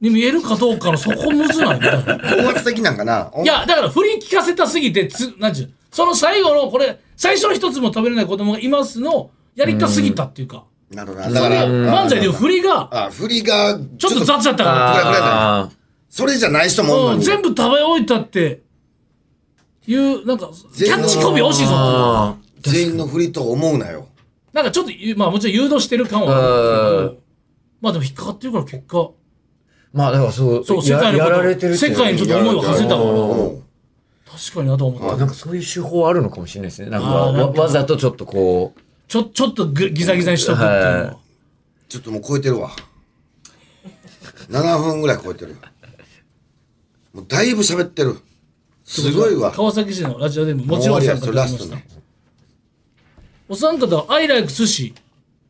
に見えるかどうかのそこむずないみたいな。高圧的なんかな。おいや、だから振り聞かせたすぎて、つ、なんちゅう、その最後の、これ、最初の一つも食べれない子供がいますの、やりたすぎたっていうか、なるほどな。だかでら、漫才でいう振りが、あ、振りが、ちょっと雑だったあかあそれじゃない人もおら、んのうんに全部食べ終えたって、いう、なんか、キャッチコピー惜しいぞっていうあ全員の振りと思うなよ。なんかちょっと言う、まあもちろん誘導してる感はあるけど、まあでも引っかかってるから結果、まあだからそうそう、世や界のやこられてと、るっていう世界にちょっと思いを馳せたから、う確んかになと思った。あなんかそういう手法あるのかもしれないですねなんかあーなんわかわざとちょっとこうちょ、ちょっとぐギザギザにしとくっていうのはは。ちょっともう超えてるわ。7分ぐらい超えてる。もうだいぶ喋ってる。すごいわ。川崎市のラジオでももちろ終んおわ三りやそ方れがラいまストしたね。お三方は「I like 寿司」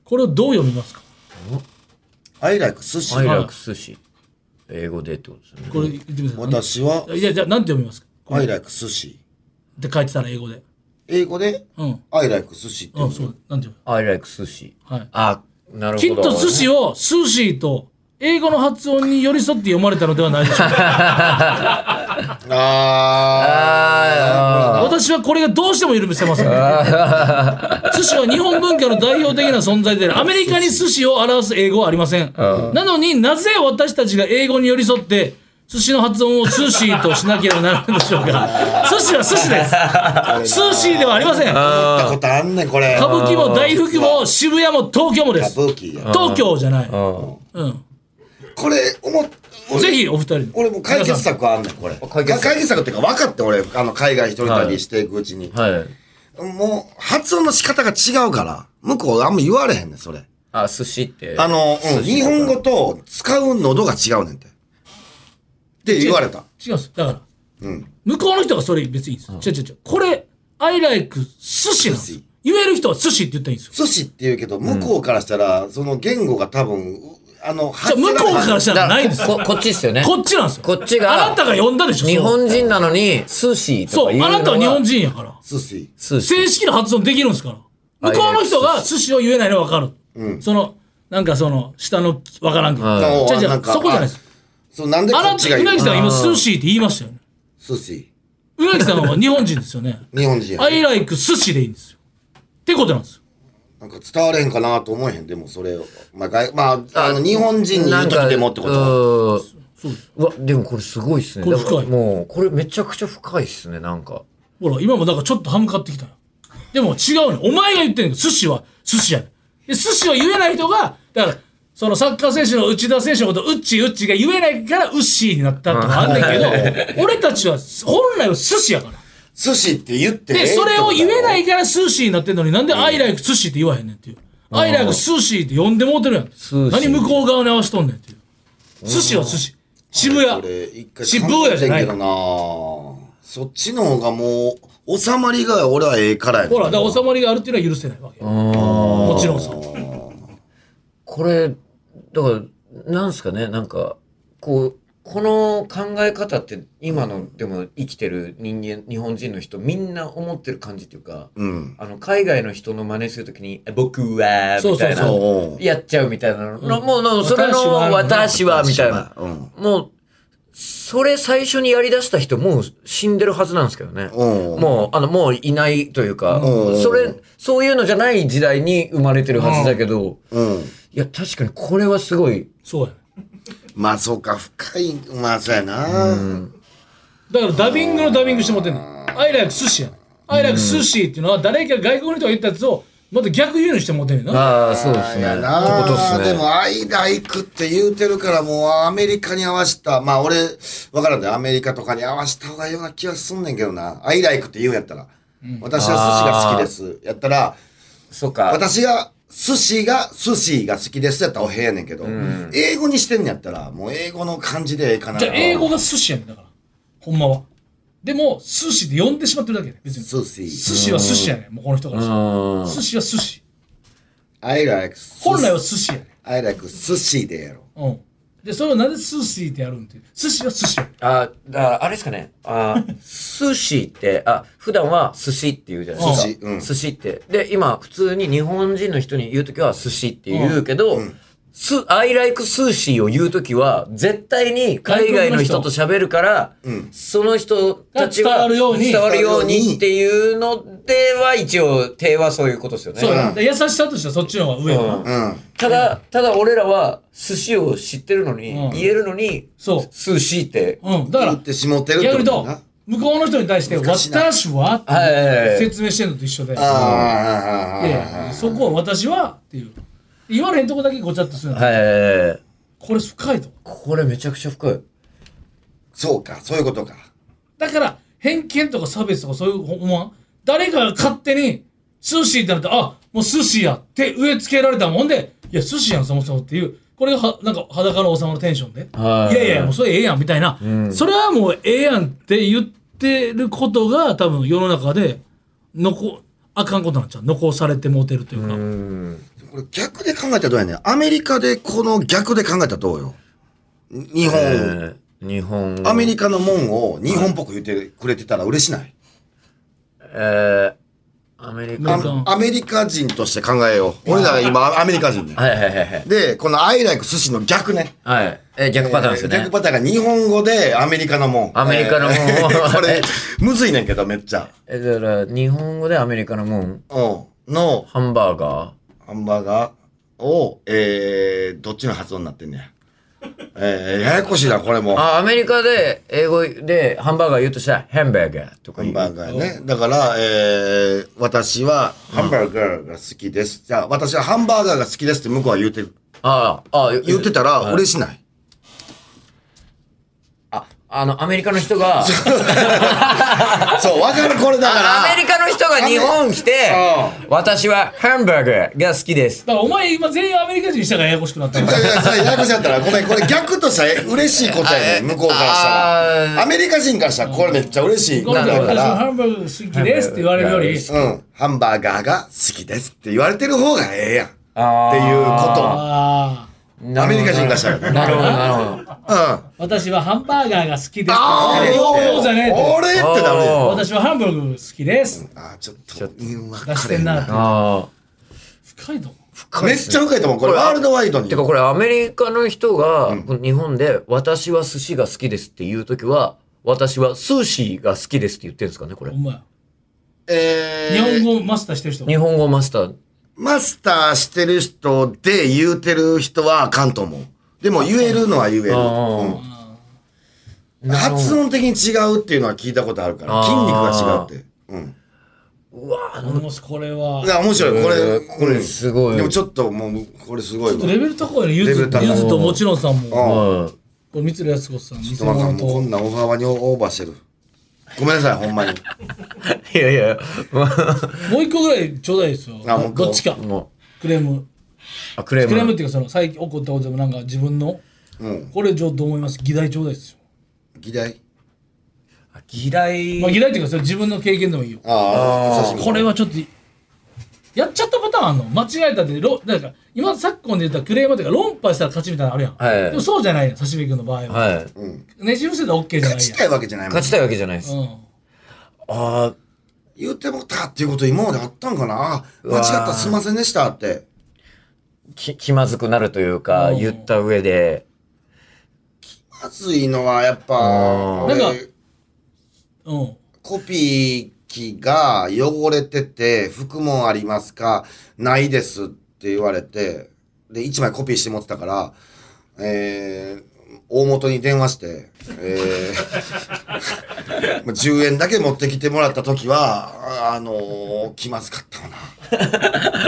これをどう読みますかアイライク寿司アイ。ラックス司英語でってことですよねこれ言ってみてくださ私はいいやじゃあ何て読みますかアイライク寿司。って書いてたら英語で英語でうんアイライク寿司って言ううんのそうなんて読む I like 寿司。はいあ、なるほきど。っと寿司を「寿司」と英語の発音に寄り添って読まれたのではないでしょうかあ私はこれがどうしても許せません寿司は日本文化の代表的な存在であるアメリカに寿司を表す英語はありませんなのになぜ私たちが英語に寄り添って寿司の発音を寿司としなければならないのでしょうか寿司は寿司ですあスーシーではありません。歌あ。見たことあんねん、これ。歌舞伎も大福も渋谷も東京もです。舞伎や。東京じゃない。うん。うん。これ、思っ、俺ぜひお二人に。俺もう解決策あんねん、これ。解決策解決策っていうか、分かって、俺、あの、海外一人旅していくうちに。はい。もう、発音の仕方が違うから、向こうあんま言われへんねん、それ。あ、寿司って。あの、うん、日本語と使う喉が違うねんて。って言われた。違うんです。だから、うん。向こうの人がそれ別にいいんです。違う違う違う。これ、I like 寿司なんです寿よ司。言える人は寿司って言ったらいいんですよ。寿司って言うけど、向こうからしたら、その言語が多分、うあの、じゃあ向こうからしたらないですよここっちですよね。こっちなんですよこっちがあなたが呼んだでしょ日本人なのに、スーシーとそかう言うそうのあなたは日本。人やから寿司。スーシ正式な発音できるんですからあ向こうの人が寿司を言えないの分かる、そのなんかその下の分からんけど、はいのじゃあじゃなあんかそこじゃないですそう、なんでこあなっちがた言うなぎうさんはの今寿司って言いましたよね寿司。うなぎさんは日本人ですよね日本人やアイライク寿司でいいんですよってことなんですよなんか伝われへんかなと思えへん。でもそれを。まあ、外まあ、あの、日本人にな言うんときかでもってことは。とそうですうわ、でもこれすごいっすね。これだから深いもう、これめちゃくちゃ深いっすね、なんか。ほら今もだからちょっと歯向かってきたよでも違うねお前が言ってんねんけど寿司は寿司やねんで寿司を言えない人がだからそのサッカー選手の内田選手のことうっちーうっちーが言えないからうっしーになったとかあんねんけ *laughs* ど俺たちは本来は寿司やから寿司って言ってええで、ってそことれやろを言えないから寿司になってんのに、なんでアイライク寿司って言わへんねんっていう。アイライク寿司って呼んでもうてるやん。司何向こう側に合わしとんねんっていう。寿司は寿司。渋こ谷。れ一回渋谷じゃな考えていんけどなそっちの方がもう収まりが俺はええからやねんほら、だから収まりがあるっていうのは許せないわけよ。もちろんさ。これ、だから、なんすかね、なんか、こう、この考え方って今のでも生きてる人間、日本人の人みんな思ってる感じっていうか、うんあの、海外の人の真似するときに、え僕は、そうみそうたいなそうそ、うやっちゃうみたいなの、もうもう、それの私は私は、みたいな。うんもう、それ最初にやり出した人、もう死んでるはずなんですけどね。うんもう、あの、もういないというか、うんそれ、そういうのじゃない時代に生まれてるはずだけど、うんいや、確かにこれはすごい。そうやね。まあそうか深いまあそうやなだからダビングのダビングしてもらってんねん。アイライク寿司やねん。アイライク寿司っていうのは、誰か外国の人が言ったやつを、また逆輸入してもらってんねんな。ああ、そうですね。やってことっすなね。でも「アイライク」って言うてるからもうアメリカに合わせたまあ俺わからんでアメリカとかに合わせた方がいいような気はすんねんけどな「アイライク」って言うんやったら「私は寿司が好きです」やったらそうか。私が寿司が寿司が好きですやったらお部屋やねんけど、英語にしてんやったらもう英語の感じでええかなじゃあ、英語が寿司やねんだから。ほんまは。でも、寿司で呼んでしまってるだけやねん別に。寿司寿司は寿司やねん。もうこの人からしたらうん。寿司は寿司。 I like 本来は寿司寿司やね I like 寿司でやろん。うん。で、それをなぜ寿司ってやるんって。寿司は寿司やねん。あ、だからあれですかね。あ、寿司って、あ、普段は寿司って言うじゃないですか。寿司うん司って。で、今、普通に日本人の人に言うときは寿司って言うけど、す、I like 寿司を言うときは、絶対に海外の人と喋るから、その人たちが伝がわるように伝わるようにっていうのでは、一応、手はそういうことですよね。そうや、で優しさとしてはそっちの方が上やな。ううんただ、ただ俺らは寿司を知ってるのに、うん言えるのに、そう寿司って。うん。だか言らっ、てしもてるって逆こにととやな、向こうの人に対して、難しいな私はってはいはいはいはい説明してんのと一緒で、ああいやいやそこは私はっていう。言われへんとこだけごちゃっとするの、はい。これ深いと。これめちゃくちゃ深い。そうかそういうことかだから、偏見とか差別とかそういうほんま、誰かが勝手に、寿司ってなって、あ、もう寿司やって植え付けられたもんで、いや、寿司やん、そもそもっていう、これがは、なんか裸の王様のテンションで、はいいやいや、もうそれええやん、みたいな、それはもうええやんって言ってることが、多分世の中で、残、あかんことになっちゃう。残されてもうてるというか。これ逆で考えたらどうやねんアメリカでこの逆で考えたらどうよ日本、えー日本。アメリカのもんを日本っぽく言ってくれてたら嬉しない、えーアメリカ。アメリはカあアメリカ人として考えよう俺ら今アメリカ人ねいはいはいはい。でこの「I like 寿司」の逆ねはい。えー、逆パターンですよえーね逆。パターンが日本語でアメリカのもん。アメリカのもんえー *laughs* これ、むずいねんけど、めっちゃ。えー、だから、日本語でアメリカのもん、うん。の、ハンバーガハンバーガーを、えー、どっちの発音になってんねや。えー、ややこしいな、これも。ー。ハあ、アメリカで、英語でハンバーガー言うとしたら、ハンバーガーとか言ンう。バーガーね。だから、えー、私はハンバーガーが好きです。じゃあ、私はハンバーガーが好きですって向こうは言うてる。あーあー、言ってたら、嬉しない。あ、あの、アメリカの人 *laughs* が、そう、わかる、これだから。アメリカの人が日本来てう、私はハンバーガーが好きです。だからお前今全員アメリカ人にしたからややこし *laughs* くなったんいやいやそれややこしかったらごめんこれ逆としたら嬉しい答えやねん向こうからしたあーらアメリカ人からしたらこれめっちゃ嬉しい今答度えやはか私のハらンバーグ好きですって言われるより、うんハンバーガーが好きですって言われてる方がええやんっていうあこああ。とアメリカ人がしたらねなるほど、なるほど。あ私はハンバーガーが好きです。あーそうじゃねえって俺ってダメあー私はハンバーグ好きです。ああちょっとうん分出かしてれんんなな。あ深いと思う。あ。めっちゃ深いと思うこれワールドワイドにてかこれアメリカの人がこの日本で「私は寿司が好きです」って言う時は「私は寿司が好きです」って言ってるんですかねこれほんまや。え日ー本語マスターしてる人。日本語マスターマスターしてる人で言うてる人はあかんと思うでも言えるのは言える、あうん発音的に違うっていうのは聞いたことあるからあー筋肉が違うってうんうわあもしこれは。いや面白いこれこれすごいでもちょっともうこれすごいちょっとレわベル高いね。ゆレベずル高いゆずともちろんさんも。こうんれ、三つやすこさん、偽トマさ物んもうことん。な大幅にオーバーしてるごめんなさいほんまにいやいやもう一個ぐらいちょうだいですよ。あ本当どっちか。もうクレーム。あクレームクレームっていうか、その、最近起こったことでもなんか自分の、うんこれちょっと思います。議題ちょうだいですよ。議題あ嫌いまあ、議題っていうか、それ自分の経験でもいいよ。あああーこれはちょっと、やっちゃったパターンあんの間違えたって、ろなんか今昨今で言ったらクレームというか論破したら勝ちみたいなのあるやん。はでいもそうじゃないやん、刺身君の場合は。はいねじ伏せたら OK じゃな勝いちやたいわけじゃないもん勝ちたいわけじゃないですん。うん。ああ言うてもったっていうこと今まであったんかなあ間違ったすいませんでしたってき気まずくなるというかうん言った上でまずいのはやっぱあー俺なんかうん。コピー機が汚れてて、服もありますかないですって言われて、で、1枚コピーして持ってたから、えー、大元に電話して、えー、ま *laughs* あ10円だけ持ってきてもらった時は、ああのー気まずかったわな。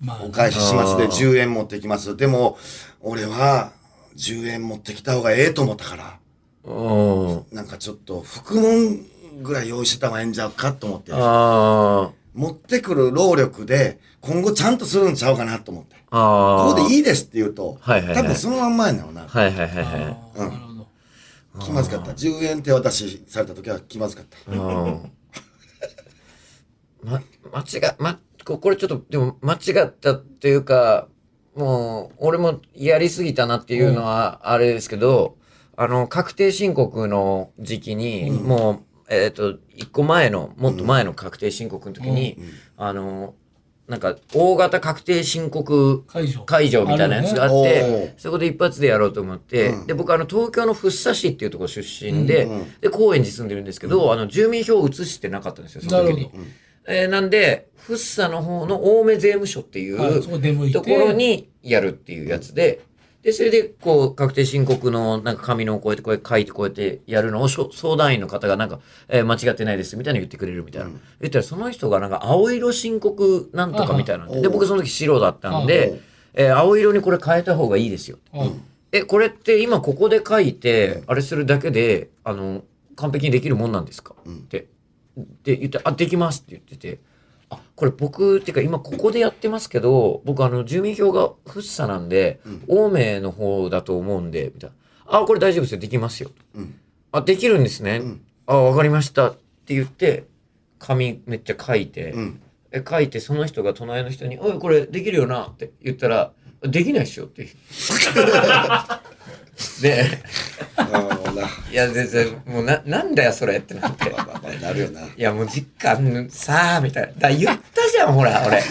まおあ、返ししますで10円持ってきます。でも、俺は10円持ってきた方がええと思ったから、うんなんかちょっと、服もんぐらい用意してた方がええんじゃうかと思って。あ持ってくる労力で、今後ちゃんとするんちゃうかなと思って。ああこあこでいいですって言うと、はいはいはい多分そのまんまやなよな。はいはいはいはいなるほど。気まずかった。10円手渡しされた時は気まずかった。うんま、間違、ま、ここれちょっと、でも間違ったっていうか、もう、俺もやりすぎたなっていうのは、あれですけど、あの、確定申告の時期に、もう、えっ、と、一個前の、もっと前の確定申告の時に、あの、なんか、大型確定申告解除。会場みたいなやつがあっあるよてね、そこで一発でやろうと思って、うんで、僕、あの、東京の福生市っていうところ出身で、うんうんで、高円寺住んでるんですけど、あの、住民票を移してなかったんですよ、そなのる時ほにど。。えーなんで、福生の方の青梅税務署っていはいそこ出向いうてところにやるっていうやつで、で、それで、こう、確定申告の、なんか、紙のこうやって、こうやって書いて、こうやってやるのを、しょ相談員の方が、なんか、えー間違ってないです、みたいなの言ってくれるみたいな。言ったら、その人が、なんか、青色申告なんとかみたいなんで、で、おう僕、その時白だったんで、おうえー青色にこれ変えた方がいいですよ。うんえ、これって今ここで書いて、あれするだけで、あの、完璧にできるもんなんですか、って。で、言って、あ、できますって言ってて、あ、これ僕、っていうか今ここでやってますけど、僕あの、住民票が福生なんで、青梅の方だと思うんで、みたいな。あ、これ大丈夫ですよ。できますよ。うんあ、できるんですね。あ、わかりました。って言って、紙めっちゃ書いて、うん。え書いてその人が隣の人に「おいこれできるよな」って言ったら「できないっしょ」 *laughs* って言うであーな、いや全然もうななんだよそれってなってまあまあなるよな。いやもう実感さあみたいなだ言ったじゃんほら俺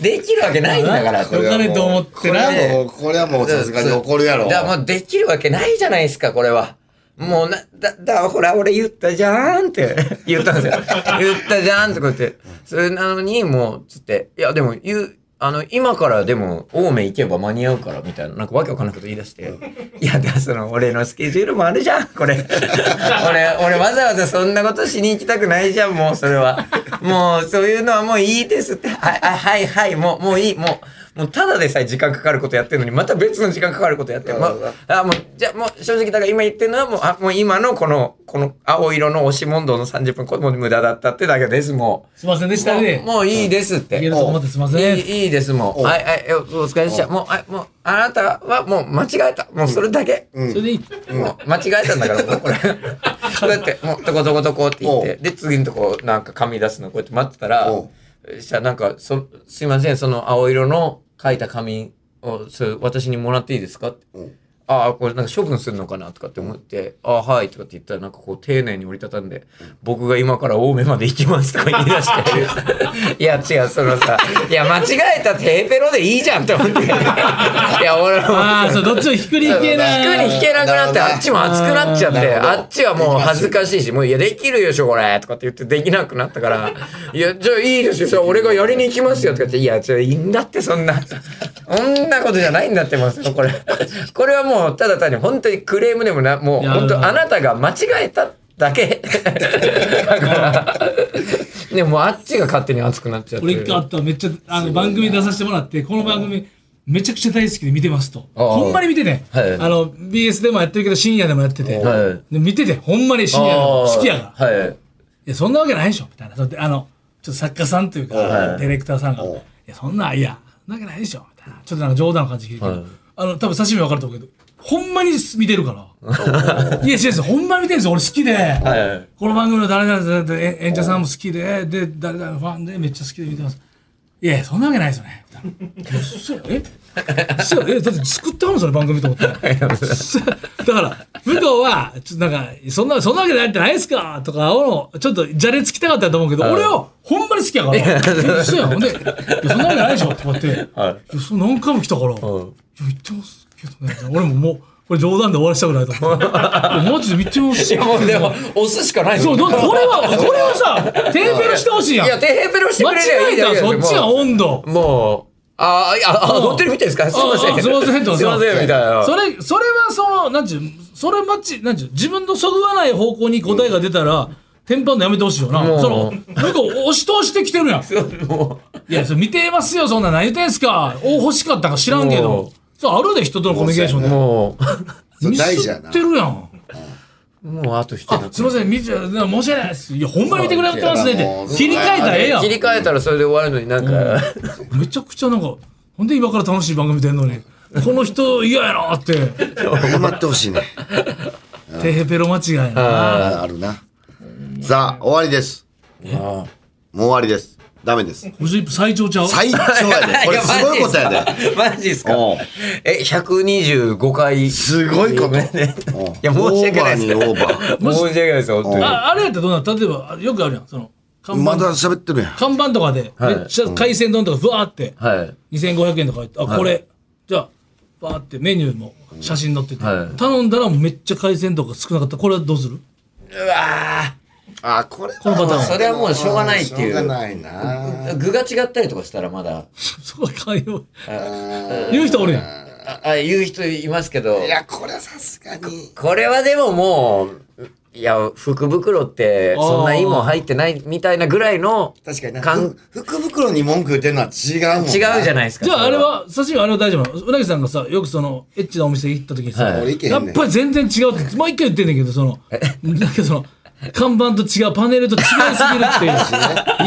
できるわけないんだからよかねと思ってな。ねもうこれはもうさすがに怒るやろ。だからもうできるわけないじゃないですかこれはもうなだだほら俺言ったじゃんって *laughs* 言ったんですよ言ったじゃんってこうやってそれなのにもうつっていやでも言うあの今からでも青梅行けば間に合うからみたいななんかわけわかんないこと言い出して「いやだその俺のスケジュールもあるじゃんこれ *laughs* 俺俺わざわざそんなことしに行きたくないじゃんもうそれはもうそういうのはもういいです」って「はいあはいはいもうもういいもうもうただでさえ時間かかることやってるのにまた別の時間かかることやってる、まあ、あもうじゃあもう正直だから今言ってるのはもうあもう今のこのこの青色の押し問答の30分これも無駄だったってだけですもう。すいませんでしたね。もうもういいですって。いけると思ってすいませいん。いいいですもう。はいはいえおお疲れでした。もうあもうあなたはもう間違えた。もうそれだけ。それでいい。もう間違えたんだからも *laughs* うこれ。こうやってもうどこどこどこって言っおてで次のとこなんか紙出すのこうやって待ってたらおしたらなんかそすいませんその青色の書いた紙あそれ私にもらっていいですかって。うんああ、これなんか処分するのかなとかって思って、ああ、はいとかって言ったらなんかこう丁寧に折りたたんで、僕が今から青梅まで行きますとか言い出 *laughs* して、いや違う、そのさ、いや間違えたテーペロでいいじゃんって思 *laughs* って、いや俺もああ、そう、どっちもひっくり引けな引い。くに引けなくなっなるほどて、ねあっちも熱くなっちゃって、なるほどあっちはもう恥ずかしいし、もういや、できるでしょ、これとかって言ってできなくなったから、 *laughs* いや、じゃあいいですよ、それ俺がやりに行きますよとか言って、いや、じゃあいいんだって、そんな、 *laughs* そんなことじゃないんだってますよ、これ。これはもう、ただ単に本当にクレームでもな、もう、いや本う当んあなたが間違えた *laughs* だけ。だから、でもうあっちが勝手に熱くなっちゃって俺。一回あっためっちゃあの番組出させてもらってこの番組めちゃくちゃ大好きで見てますとああほんまに見てて、はいあの BS でもやってるけど深夜でもやってて、はで見ててほんまに深夜の好きやから、い、はい。やそんなわけないでしょみたいなそうやってあのちょっと作家さんというか、はいディレクターさんが「いおうやそんないやそんなわけないでしょ」みたいなちょっとなんか冗談の感じ聞いて、はいあの多分刺身分かると思うけどほんまに見てる *laughs* からいや違うですほんまに見てるんですよ俺好きで。はい。この番組の誰々だってえ演者さんも好きで、で、誰々のファンでめっちゃ好きで見てます。いや、そんなわけないですよね。みたいなそうえそうえだって作ってはるんですよね、番組と思って。そうだから、武藤は、ちょっとなんか、そんな、そんなわけないってないですかとかを、ちょっと、じゃれつきたかったと思うけど、俺を、ほんまに好きやから、えそうやん。ほんで、いやそんなわけないでしょとかって、いはやそう何回も来たから、いや、言ってますけどね。俺ももう、これ冗談で終わらせたくないと思って。いやマジで言ってますいや、もうでも、押すしかないそう、だからこれは、これはさ、テーブルしてほしいやん。いや、間テーブルしてくれりゃ違えいいだたけらでそすっちがもう温度。もう、あーいやあ、うん乗ってるみたいですかすいませああん。すいませんとかすいません、みたいな。それ、それはその、なんちゅう、それまち、なんちゅう、自分のそぐわない方向に答えが出たら、テンパんのやめてほしいよな。もうその、なんか押し通してきてる *laughs* やん。もいや、それ見てますよ、そんな何言ってんすか。お、欲しかったか知らんけもど。そう、あるで、人とのコミュニケーションう、で。もそれミ大事やスなって。るやん。う、もうあと一あ人、。すいません、見ちゃ、申し訳ないです。いや、ほんまに見てくれてますねって。切り替えたらええやん切。り替えたらそれで終わるのになんか、めちゃくちゃなんか、ほんで今から楽しい番組出んのに、この人嫌やなって、謝ってほしいね。テヘペロ間違いな。ああるな。さあ、終わりです。もう終わりです。ダメです。五十一分最長ちゃう最長やで。これすごいことやで。で。マジっすかうんえ、125回。すごいことごめんねうんいや、申し訳ないです。オーバーにオーバー。申し訳ないです、本当に。ああれやったらどうなの例えば、あよくあるやん。その、看ま板。だ喋ってるやん。看板とかで、めはいっちゃ海鮮丼とかふわーって、はい。 2500円とか入って、あ、これ、じゃあ、バーってメニューも写真載ってて、はい頼んだらめっちゃ海鮮とか少なかった。これはどうする *laughs* うわあ、これはこのパターンぁ。それはもうしょうがないっていしょうがう。ないな。具が違ったりとかしたらまだ。そこは変えよう。言う人おるやん。ああ言う人いますけどいや、これはさすがに。これはでももういや福袋ってあーそんないいもん入ってないみたいなぐらいの確かにな。かんふ福袋に文句言ってるのは違うもんな。違うじゃないい。ですかじゃああれは、刺身はあれは大丈夫なのうなぎさんがさ、よくその、エッチなお店行った時にさ、はい俺いけへやんっねん。ぱり全然違うって、もう一回言ってんねんけど、その、なんかその、看板と違う、パネルと違いすぎるってい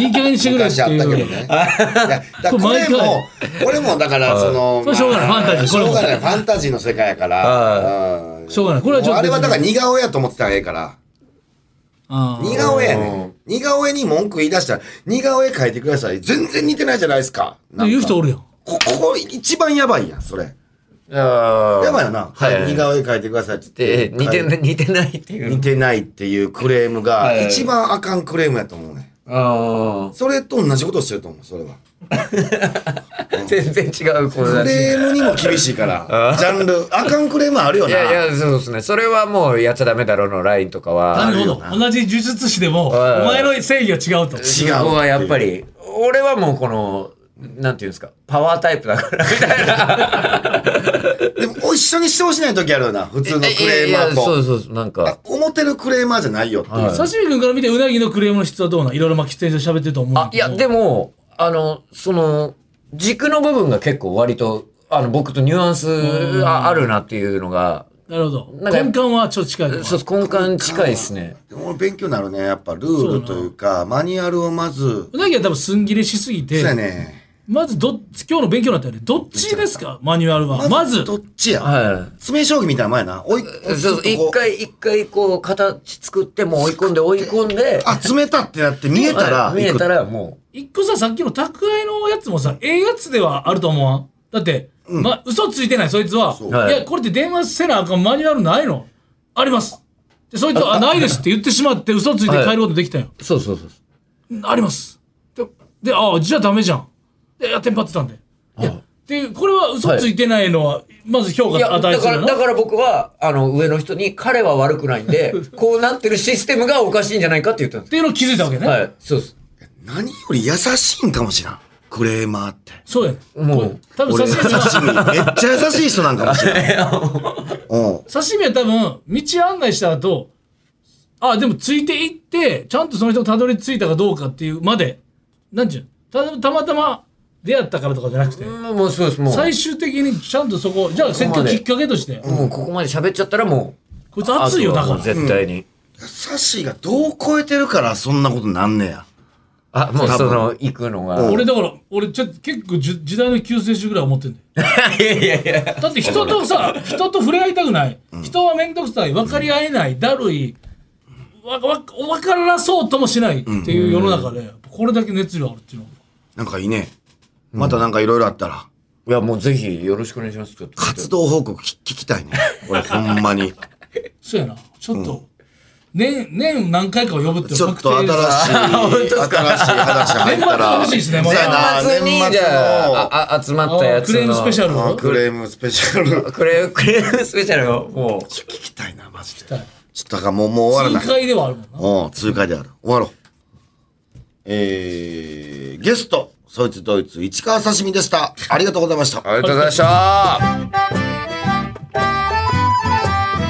う、いい加減にしてくれっ昔てあったけどね。い。いうやだからこれも、これもだから、その、それしょうがないまあファンタジーしこれもょうがない、ファンタジーの世界やから。うんしょうがないこれはちょっとあれはだから似顔絵やと思ってたらええから。あ似ー顔絵やね。うん似顔絵に文句言い出したら、似顔絵描いてください。全然似てないじゃないですか。なんか言う人おるやん。ここ一番やばいやん、それ。ややばいよな。はい似顔絵描いてくださいって言でって。似てな似てないっていう似てないっていうクレームがい、一番あかんクレームやと思うね。あそれと同じことしてると思う、それは。ー全然違うこれクだしレームにも厳しい *laughs* から、ジャンル、あかんクレームあるよいな。やいやそうですねそれはもうやっちゃダメだろうのラインとかなはるほど。同じ呪術師でも、おは前いの正義は違うと。違うそこはやっぱり俺はもうこのなんていうんですかパワータイプだからみたいなでも、一緒にしてほしない時あるよな、 *laughs* 普通のクレーいやいマやーそうと。そうそうなんか思ってるクレーマーじゃないよっていう。刺身君から見て、うなぎのクレームの質はどうなんいろいろまあ喫煙所喋ってると思うあ、いや、でも。も、あの、その、軸の部分が結構割と、あの、僕とニュアンスああるなっていうのが、なるほど。なんか根幹はちょっと近いとこ。そう、根幹近いですね。でも勉強になるね、やっぱルールというか、マニュアルをまず、うなぎは多分寸切れしすぎそうやて、ね。まずどっ、今日の勉強になったよね。どっちですかマニュアルは。まず。どっちや。は詰め将棋みたいな前な。追いい。そう、一。回一回こう、形作って、もう追い込んで追い込んで、あ、詰めたってなって見えたら、はい見えたら。らも一個さ、さっきの宅配のやつもさ、ええやつではあると思わんだって、ま、嘘ついてないそいつは、そうはいい、やこれって電話せなあかんマニュアルないのありますでそいつはあないですって言ってしまって嘘ついて帰ることできたよ、そうそうそう。ありますででああじゃあダメじゃんでいやテンパってたんでいやでこれは嘘ついてないのはまず評いや、価だ与えすかるら、よだなから僕は、あの、上の人に、彼は悪くないん *laughs* で、こうなってるシステムがおかしいんじゃないかって言ったんでっていうのを気づいたわけね、す。はい、そうです。何より優しいんかもしらん。クレーマーって。そうやねもうこれ多分俺優刺しい。めっ身はちゃ優しい人なんかもし *laughs* れん。うん。刺身は多分道案内した後あでもついていってちゃんとその人がたどり着いたかどうかっていうまでなんちゅうたたまたま出会ったからとかじゃなくてもうもうそうです、もう。最終的にちゃんとそこじゃあせっかくきっかけとしてもうここまで喋っちゃったらも。こいうつ熱いよあだとかはもうら絶対に。優しいがどう超えてるからそんなことなんねや。あ、もう多そ分の、行くのが。うん俺だから俺ちょっと結構じゅ時代の救世主ぐらい思ってんだよいやいやいや。だって人とさ人と触れ合いたくない、人は面倒くさい分かり合えないだるいわわ分からそうともしないっていう世の中で、これだけ熱量あるっていうのはなんかいいね。またなんかいろいろあったら、いや、もうぜひよろしくお願いします。ちょっと。活動報告聞聞きたいね。俺ほんまに。そうやなちょっと、年年何回かを呼ぶって *laughs* ちょっと確定新しい、 *laughs* 新しい話入ったら。年末欲しいですねもうそうやな年末にじゃああ、あ集まったやつクの。レームスペシャル年末のクレームスペシャル。クレーム、クレームスペシャルを、もちょっと聞きたいな、マジで。ちょたっいとだからもう、もう終わらない痛。快ではあるもんなうん、通過である。終わろう。えー、ゲスト、そいつドイツ、市川刺身でした。ありがとうございましたう。。ありがとうございました。オールナイトニッポ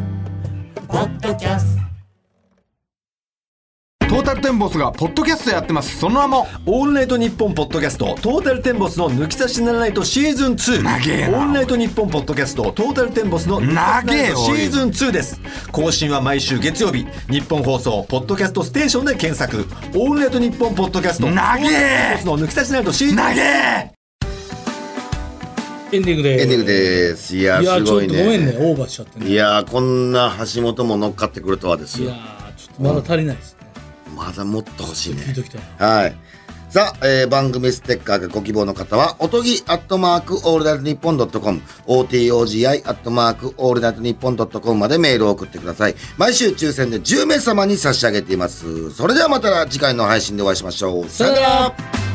ン」ポッドキャストトータルテンボスがポッドキャストやってますその名もオールナイトニッポンポッドキャストトータルテンボスの抜き差しならないとシーズン2長えなオールナイトニッポンポッドキャストトータルテンボスの抜き差しならないとシーズン2です更新は毎週月曜日日本放送ポッドキャストステーションで検索オールナイトニッポンポッドキャスト長えの抜き差しならないとシーズン長えエンディングでエンディングです。いやいやー、すちょごっいとごめんねね。オーバーしちゃってねいやー、こんな橋本も乗っかってくるとはですいやよ。ーちょっとまだ足りないですね、まだもっと欲しい聞いねと。きたいなはい。さあ、えー番組ステッカーがご希望の方は、おとぎアットマークオールナイトニッポンドットコム、OTOGI アットマークオールナイトニッポンドットコムまでメールを送ってください。毎週抽選で10名様に差し上げています。それではまた次回の配信でお会いしましょう。さよなら